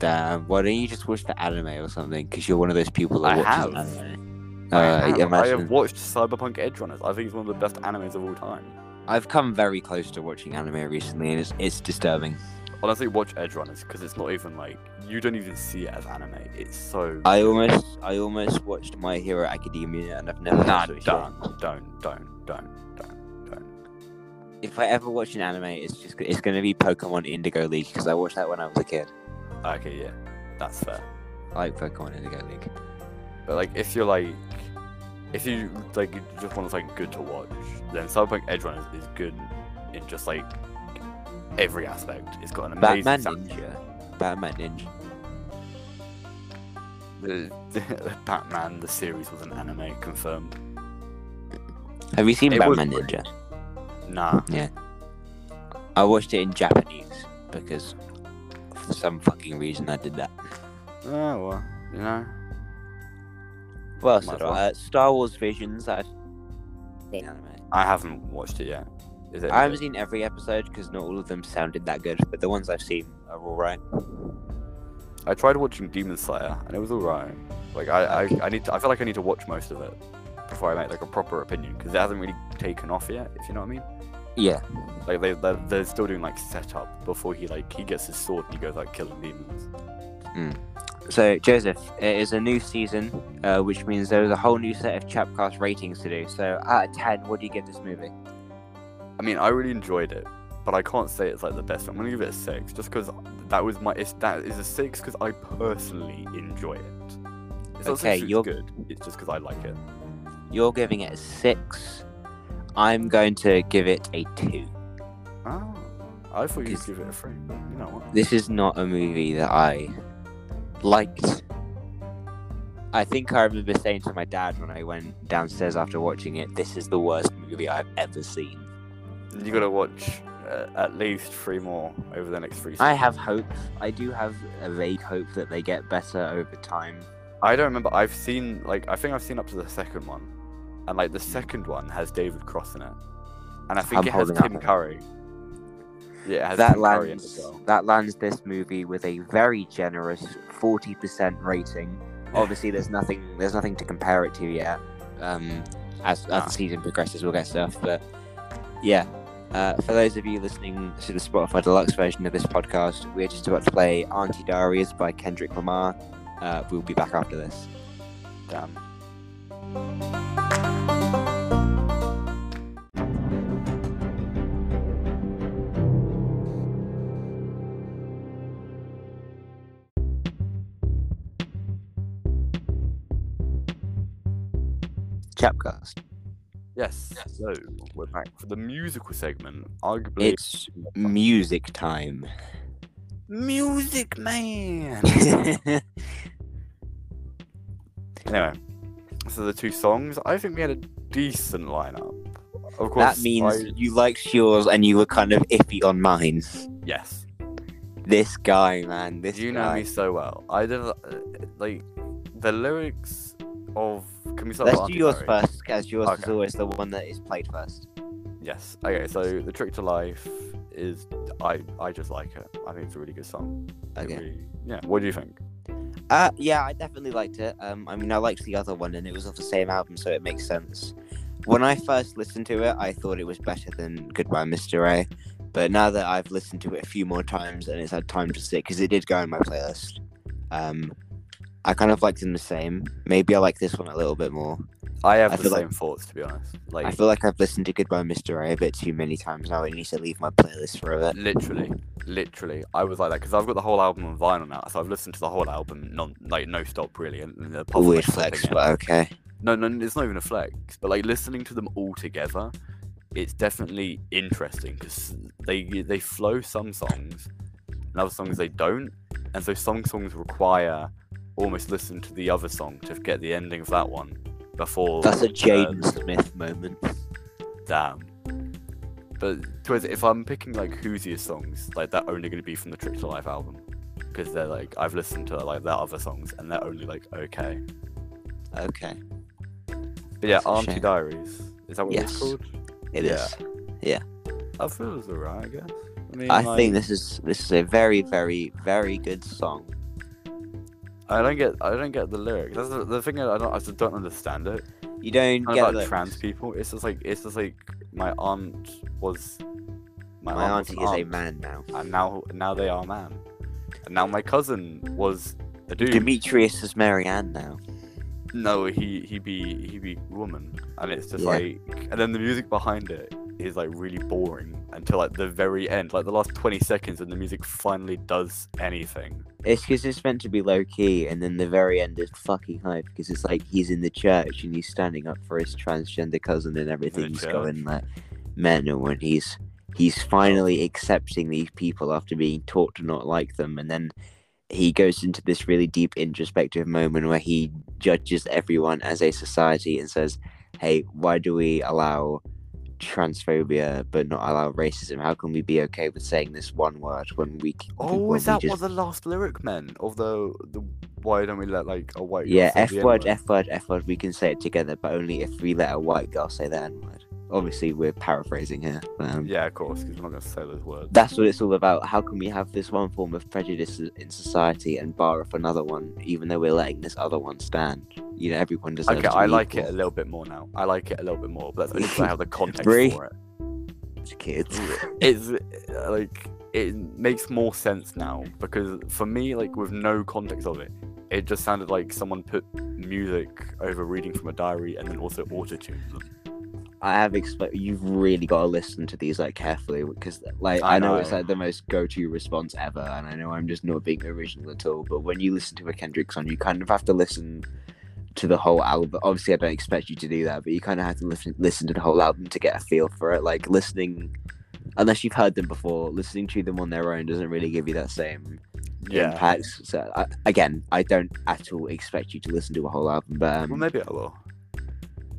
Damn, why don't you just watch the anime or something? Because you're one of those people that
I
watches
have.
anime.
I,
Uh,
have. I
imagine.
have watched Cyberpunk Edgerunners. I think it's one of the best animes of all time.
I've come very close to watching anime recently, and it's it's disturbing.
Honestly, watch Edgerunners because it's not even like you don't even see it as anime. It's so
I almost I almost watched My Hero Academia, and I've never.
nah.
watched it.
Don't, don't, don't, don't, don't.
If I ever watch an anime, it's just it's gonna be Pokemon Indigo League because I watched that when I was a kid.
Okay, yeah, that's fair.
I like Pokemon Indigo League.
But like, if you're like, if you like, you just want something good to watch, then Cyberpunk Edgerunners is good in just like every aspect. It's got an amazing
Batman
sound-
Ninja. Batman Ninja.
The, Batman the series was an anime confirmed.
Have you seen
It was
Batman
pretty-
Ninja?
Nah,
I watched it in Japanese because for some fucking reason I did that.
oh well, you know.
Well, else
Might
did
as well.
I- uh, Star Wars Visions. I've seen anime.
I haven't watched it yet. Is it?
I haven't seen every episode because not all of them sounded that good, but the ones I've seen are all right.
I tried watching Demon Slayer and it was alright. Like I, I, I need to, I feel like I need to watch most of it before I make like a proper opinion because it hasn't really taken off yet. If you know what I mean.
Yeah.
Like they they're, they're still doing like setup before he like he gets his sword and he goes like killing demons.
So Joseph, it is a new season, uh, which means there's a whole new set of Chapcast ratings to do. So out of ten, what do you give this movie?
I mean, I really enjoyed it, but I can't say it's like the best. I'm gonna give it a six just because that was my it's, that is a six because I personally enjoy it. It's not
Okay,
okay,
you're-
you're good. It's just because I like it.
You're giving it a six. I'm going to give it a two.
Oh, I thought you'd
Ah. Because-
give it a three. but You know what?
This is not a movie that I liked. I think I remember saying to my dad when I went downstairs after watching it, "This is the worst movie I've ever seen."
You gotta watch uh, at least three more over the next three.
I
Seasons.
have hope. I do have a vague hope that they get better over time.
I don't remember. I've seen like I think I've seen up to the second one, and like the second one has David Cross in it, and I think
Hmm. I'm
it has
holding out
Tim
hope.
Curry. Yeah, it has
That
Tim Curry in it
lands
as well.
that lands this movie with a very generous forty percent rating. Obviously, there's nothing there's nothing to compare it to yet. Um, as as
Nah.
the season progresses, we'll get stuff. But yeah, uh, for those of you listening to the Spotify Deluxe version of this podcast, we're just about to play "Auntie Diaries" by Kendrick Lamar. Uh, we'll be back after this.
Damn.
Chapcast.
Yes. So we're back for the musical segment. Arguably,
It's music time.
Music Man.
Anyway, so the two songs, I think we had a decent lineup. Of course,
that means
I-
you liked yours and you were kind of iffy on mine.
yes.
This guy, man. This
You know
guy.
me so well. I did like the lyrics of. Can we start?
Let's
with
do
Auntie
yours
Mary?
first, as yours is
Okay.
always the one that is played first.
Yes. Okay. So the trick to life is I I just like it. I think it's a really good song. It
Okay.
really- yeah. What do you think?
Uh, yeah, I definitely liked it. Um, I mean, I liked the other one, and it was off the same album, so it makes sense. When I first listened to it, I thought it was better than Goodbye, Mr. A. But now that I've listened to it a few more times and it's had time to sit, because it did go in my playlist, um, I kind of liked them the same. Maybe I like this one a little bit more.
I have
I
the
feel
same
like-
thoughts to be honest.
I
Like
feel like I've listened to Goodbye, Mr. A a bit too many times now. I need to leave my playlist for a bit.
literally, literally, I was like that because I've got the whole album on vinyl now, so I've listened to the whole album non like no stop really. And, and apart from,
Weird
like,
flex,
flipping it.
but okay.
No, no, it's not even a flex. But like listening to them all together, it's definitely interesting because they they flow some songs, and other songs they don't, and so some songs require almost listen to the other song to get the ending of that one before.
That's a
uh,
Jaden Smith moment.
Damn. But towards, if I'm picking like Hoosier songs, like they're only going to be from the Trick to Life album, because they're like I've listened to like their other songs and they're only like okay.
Okay.
But yeah,
That's a
Auntie
shame.
Diaries. Is that what
Yes.
it's called?
it is.
Yeah. I feel it's alright, I guess. I mean,
I
like,
think this is this is a very, very, very good song.
I don't get, I don't get the lyrics. That's the, the thing. I don't, I just don't understand it.
You don't
Not
get
about
the-
trans people. It's just like, it's just like my aunt was, my,
My
aunt was
auntie
an
is a
aunt,
man now.
and now, now they are man, and now my cousin was a dude.
Demetrius is Marianne now.
no, he he be he be woman, and it's just
Yeah.
like, and then the music behind it is like really boring until like the very end, like the last twenty seconds, and the music finally does anything.
It's because it's meant to be low key, and then the very end is fucking hype because it's like he's in the church and he's standing up for his transgender cousin, and everything's
church.
going like mental, and he's he's finally accepting these people after being taught to not like them, and then he goes into this really deep introspective moment where he judges everyone as a society and says, "Hey, why do we allow?" transphobia but not allow racism how can we be okay with saying this one word when we c-
Oh,
when
is
we
that
just-
what the last lyric meant? Of the, the why don't we let like a white girl
Yeah,
say
F
the
word,
N-word?
F word, F word. We can say it together, but only if we let a white girl say the N word. Obviously, we're paraphrasing here. But, um,
Yeah, of course, because we're not gonna say those words.
That's what it's all about. How can we have this one form of prejudice in society and bar off another one, even though we're letting this other one stand? You know, everyone deserves.
okay,
to
I
be
like it a
equal.
little bit more now. I like it a little bit more, but that's only 'cause I have the context
Bree.
for it.
It's kids.
It's uh, like it makes more sense now because for me, like with no context of it, it just sounded like someone put music over reading from a diary and then also auto tuned them.
I have expect. You've really got to listen to these like carefully because, like, I,
I
know. it's
know.
like the most go-to response ever, and I know I'm just not being original at all. But when you listen to a Kendrick song, you kind of have to listen to the whole album. Obviously, I don't expect you to do that, but you kind of have to listen listen to the whole album to get a feel for it. Like listening, unless you've heard them before, listening to them on their own doesn't really give you that same impact. So, I, again, I don't at all expect you to listen to a whole album, but um,
Well, maybe I will.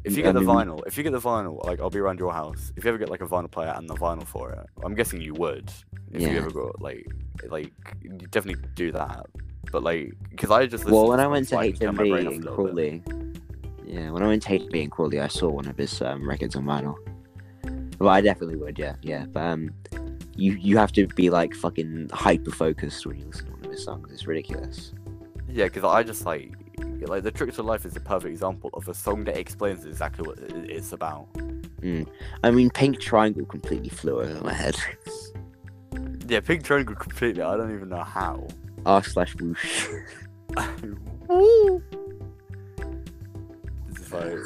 If you
I
get the
mean-
vinyl, if you get the vinyl, like I'll be around your house. If you ever get like a vinyl player and the vinyl for it, I'm guessing you would. If you
Yeah.
ever got like, like you definitely do that. But like, because I just
Well,
listened
when I
some,
went to
so can turn my brain
HMV
off a
in
little bit.
Crawley, yeah, when I went to HMV in Crawley, I saw one of his um, records on vinyl. Well, I definitely would, yeah, yeah. But um, you you have to be like fucking hyper focused when you listen to one of his songs. It's ridiculous.
Yeah, because I just like, like the trick to life is a perfect example of a song that explains exactly what it- it's about.
I mean, Pink Triangle completely flew over my head.
Yeah, Pink Triangle completely. I don't even know how.
R slash whoosh.
This is like,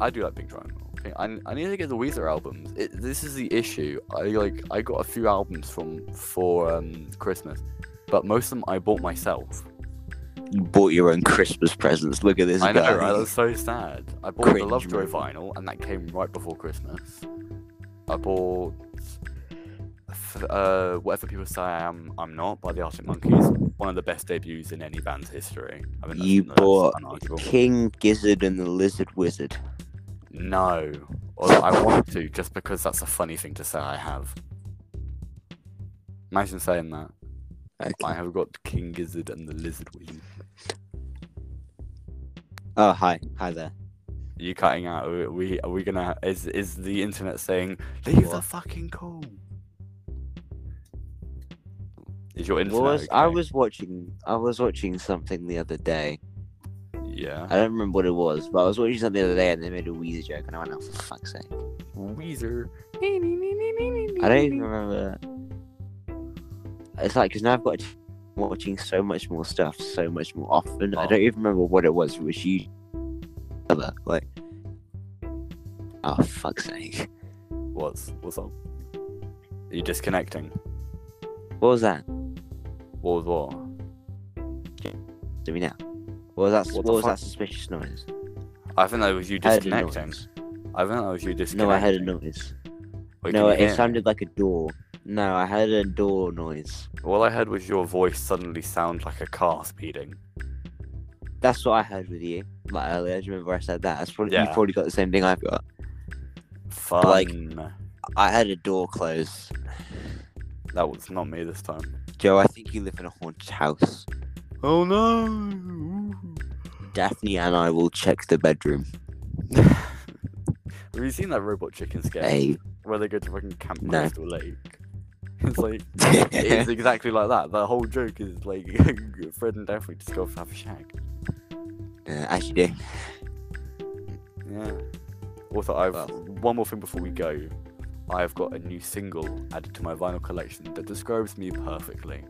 I do like Pink Triangle. Pink- I, I need to get the Weezer albums. It, this is the issue. I like I got a few albums from for um, Christmas, but most of them I bought myself.
You bought your own Christmas presents. Look at this
I know,
guy.
right? That's so sad. I bought the
Cringe
Lovejoy
moment.
vinyl, and that came right before Christmas. I bought F- uh, whatever people say I am, I'm not by the Arctic Monkeys. One of the best debuts in any band's history. I think that's-
You
that's
bought
unarguable.
King Gizzard and the Lizard Wizard.
No. Although I want to, just because that's a funny thing to say I have. Imagine saying that.
Okay.
I have got King Gizzard and the Lizard Wizard.
Oh, hi. Hi there.
Are you cutting out? Are we are we gonna is is the internet saying leave the
What?
fucking call? Is your internet?
was I
okay?
was watching I was watching something the other day.
yeah.
I don't remember what it was, but I was watching something the other day and they made a Weezer joke and I went, oh, for fuck's sake.
Weezer.
I don't even remember. It's like, because now I've got to- watching so much more stuff so much more often. I
Oh.
don't even remember what it was, which you. Other, like. Oh, fuck's sake.
What's what's up? Are you disconnecting?
What was that?
What was what?
Do we now? What was that,
What
what
the
was
fuck?
that suspicious noise?
I think that was you
I heard a noise.
disconnecting. I think that was you disconnecting.
No, I heard a noise.
Wait,
no,
can you
it
hear me?
sounded like a door. No, I heard a door noise.
All I heard was your voice suddenly sound like a car speeding.
That's what I heard with you. Like earlier, do you remember I said that? That's probably,
Yeah.
You've probably got the same thing I've got.
Fun.
like- I heard a door close.
That was not me this time.
Joe, I think you live in a haunted house.
Oh no!
Daphne and I will check the bedroom.
Have you seen that robot chicken sketch
Hey.
where they go to fucking camp
No.
next to a lake? It's like it's exactly like that. The whole joke is like Fred and Daphne just go off and have a shag.
Uh, actually, do.
Yeah. Also, I've
Well.
one more thing before we go. I've got a new single added to my vinyl collection that describes me perfectly.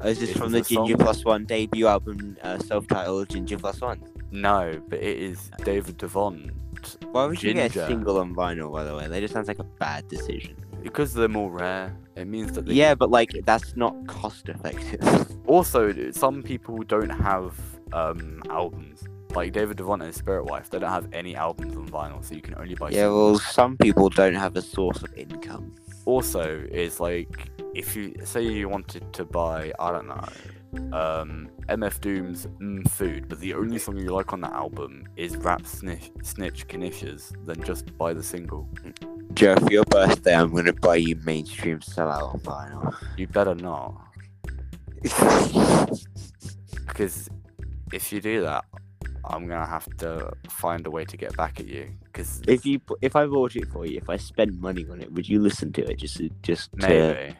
Oh, is this
This
from
is
the
a song.
Ginger Plus One debut album, uh, self-titled Ginger Plus One?
No, but it is David Devon
Why would you get
Ginger.
a single on vinyl, by the way? That just sounds like a bad decision.
because they're more rare. It means that they
Yeah, but like that's not cost-effective.
Also, some people don't have um, albums. Like David Devon and his Spirit Wife, they don't have any albums on vinyl, so you can only buy.
yeah,
singles.
well, some people don't have a source of income.
Also, it's like if you say you wanted to buy, I don't know, um, MF Doom's mm, Food, but the only song you like on that album is Rap Snitch, Snitch Knishes, then just buy the single.
Joe, for your birthday, I'm gonna buy you mainstream sellout on vinyl.
You better not, because if you do that, I'm gonna have to find a way to get back at you. Because
if you, if I bought it for you, if I spend money on it, would you listen to it? Just, just to-
Maybe.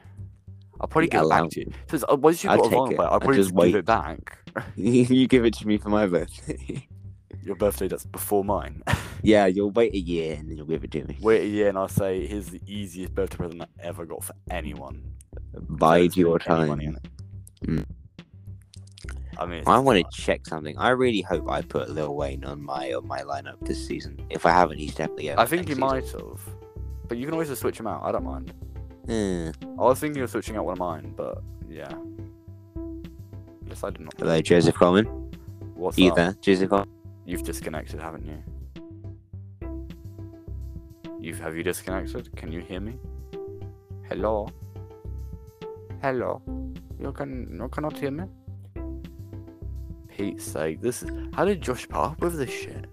I'll probably give it
allow-
back to you. Since uh, once you've
I'll
got a
take
vinyl
it.
player, I'll
I'll
probably
just
just give
wait.
it back.
you give it to me for my birthday.
Your birthday that's before mine.
yeah, you'll wait a year and then you'll give it to me.
Wait a year and I'll say, here's the easiest birthday present I ever got for anyone.
Bide
There's
your
any money
time.
in it. I mean, it's
I
just
want
like-
to check something. I really hope I put Lil Wayne on my on my lineup this season. If I haven't, he's definitely.
I think you might have, but you can always just switch them out. I don't mind.
might.
I was thinking of switching out one of mine, but yeah. Yes, I did not.
Hello, Joseph Coleman.
What's up?
Either Joseph. Coleman.
You've disconnected, haven't you? You've have you disconnected? Can you hear me? Hello? Hello? You can you cannot hear me? Pete's sake, this is how did Josh part up with this shit?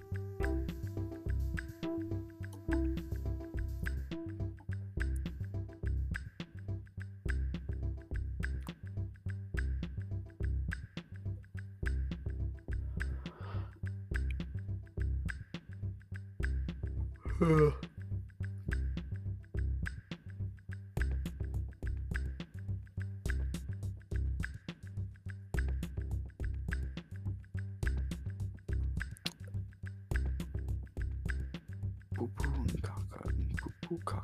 Poo-poo and caca and poo-poo caca.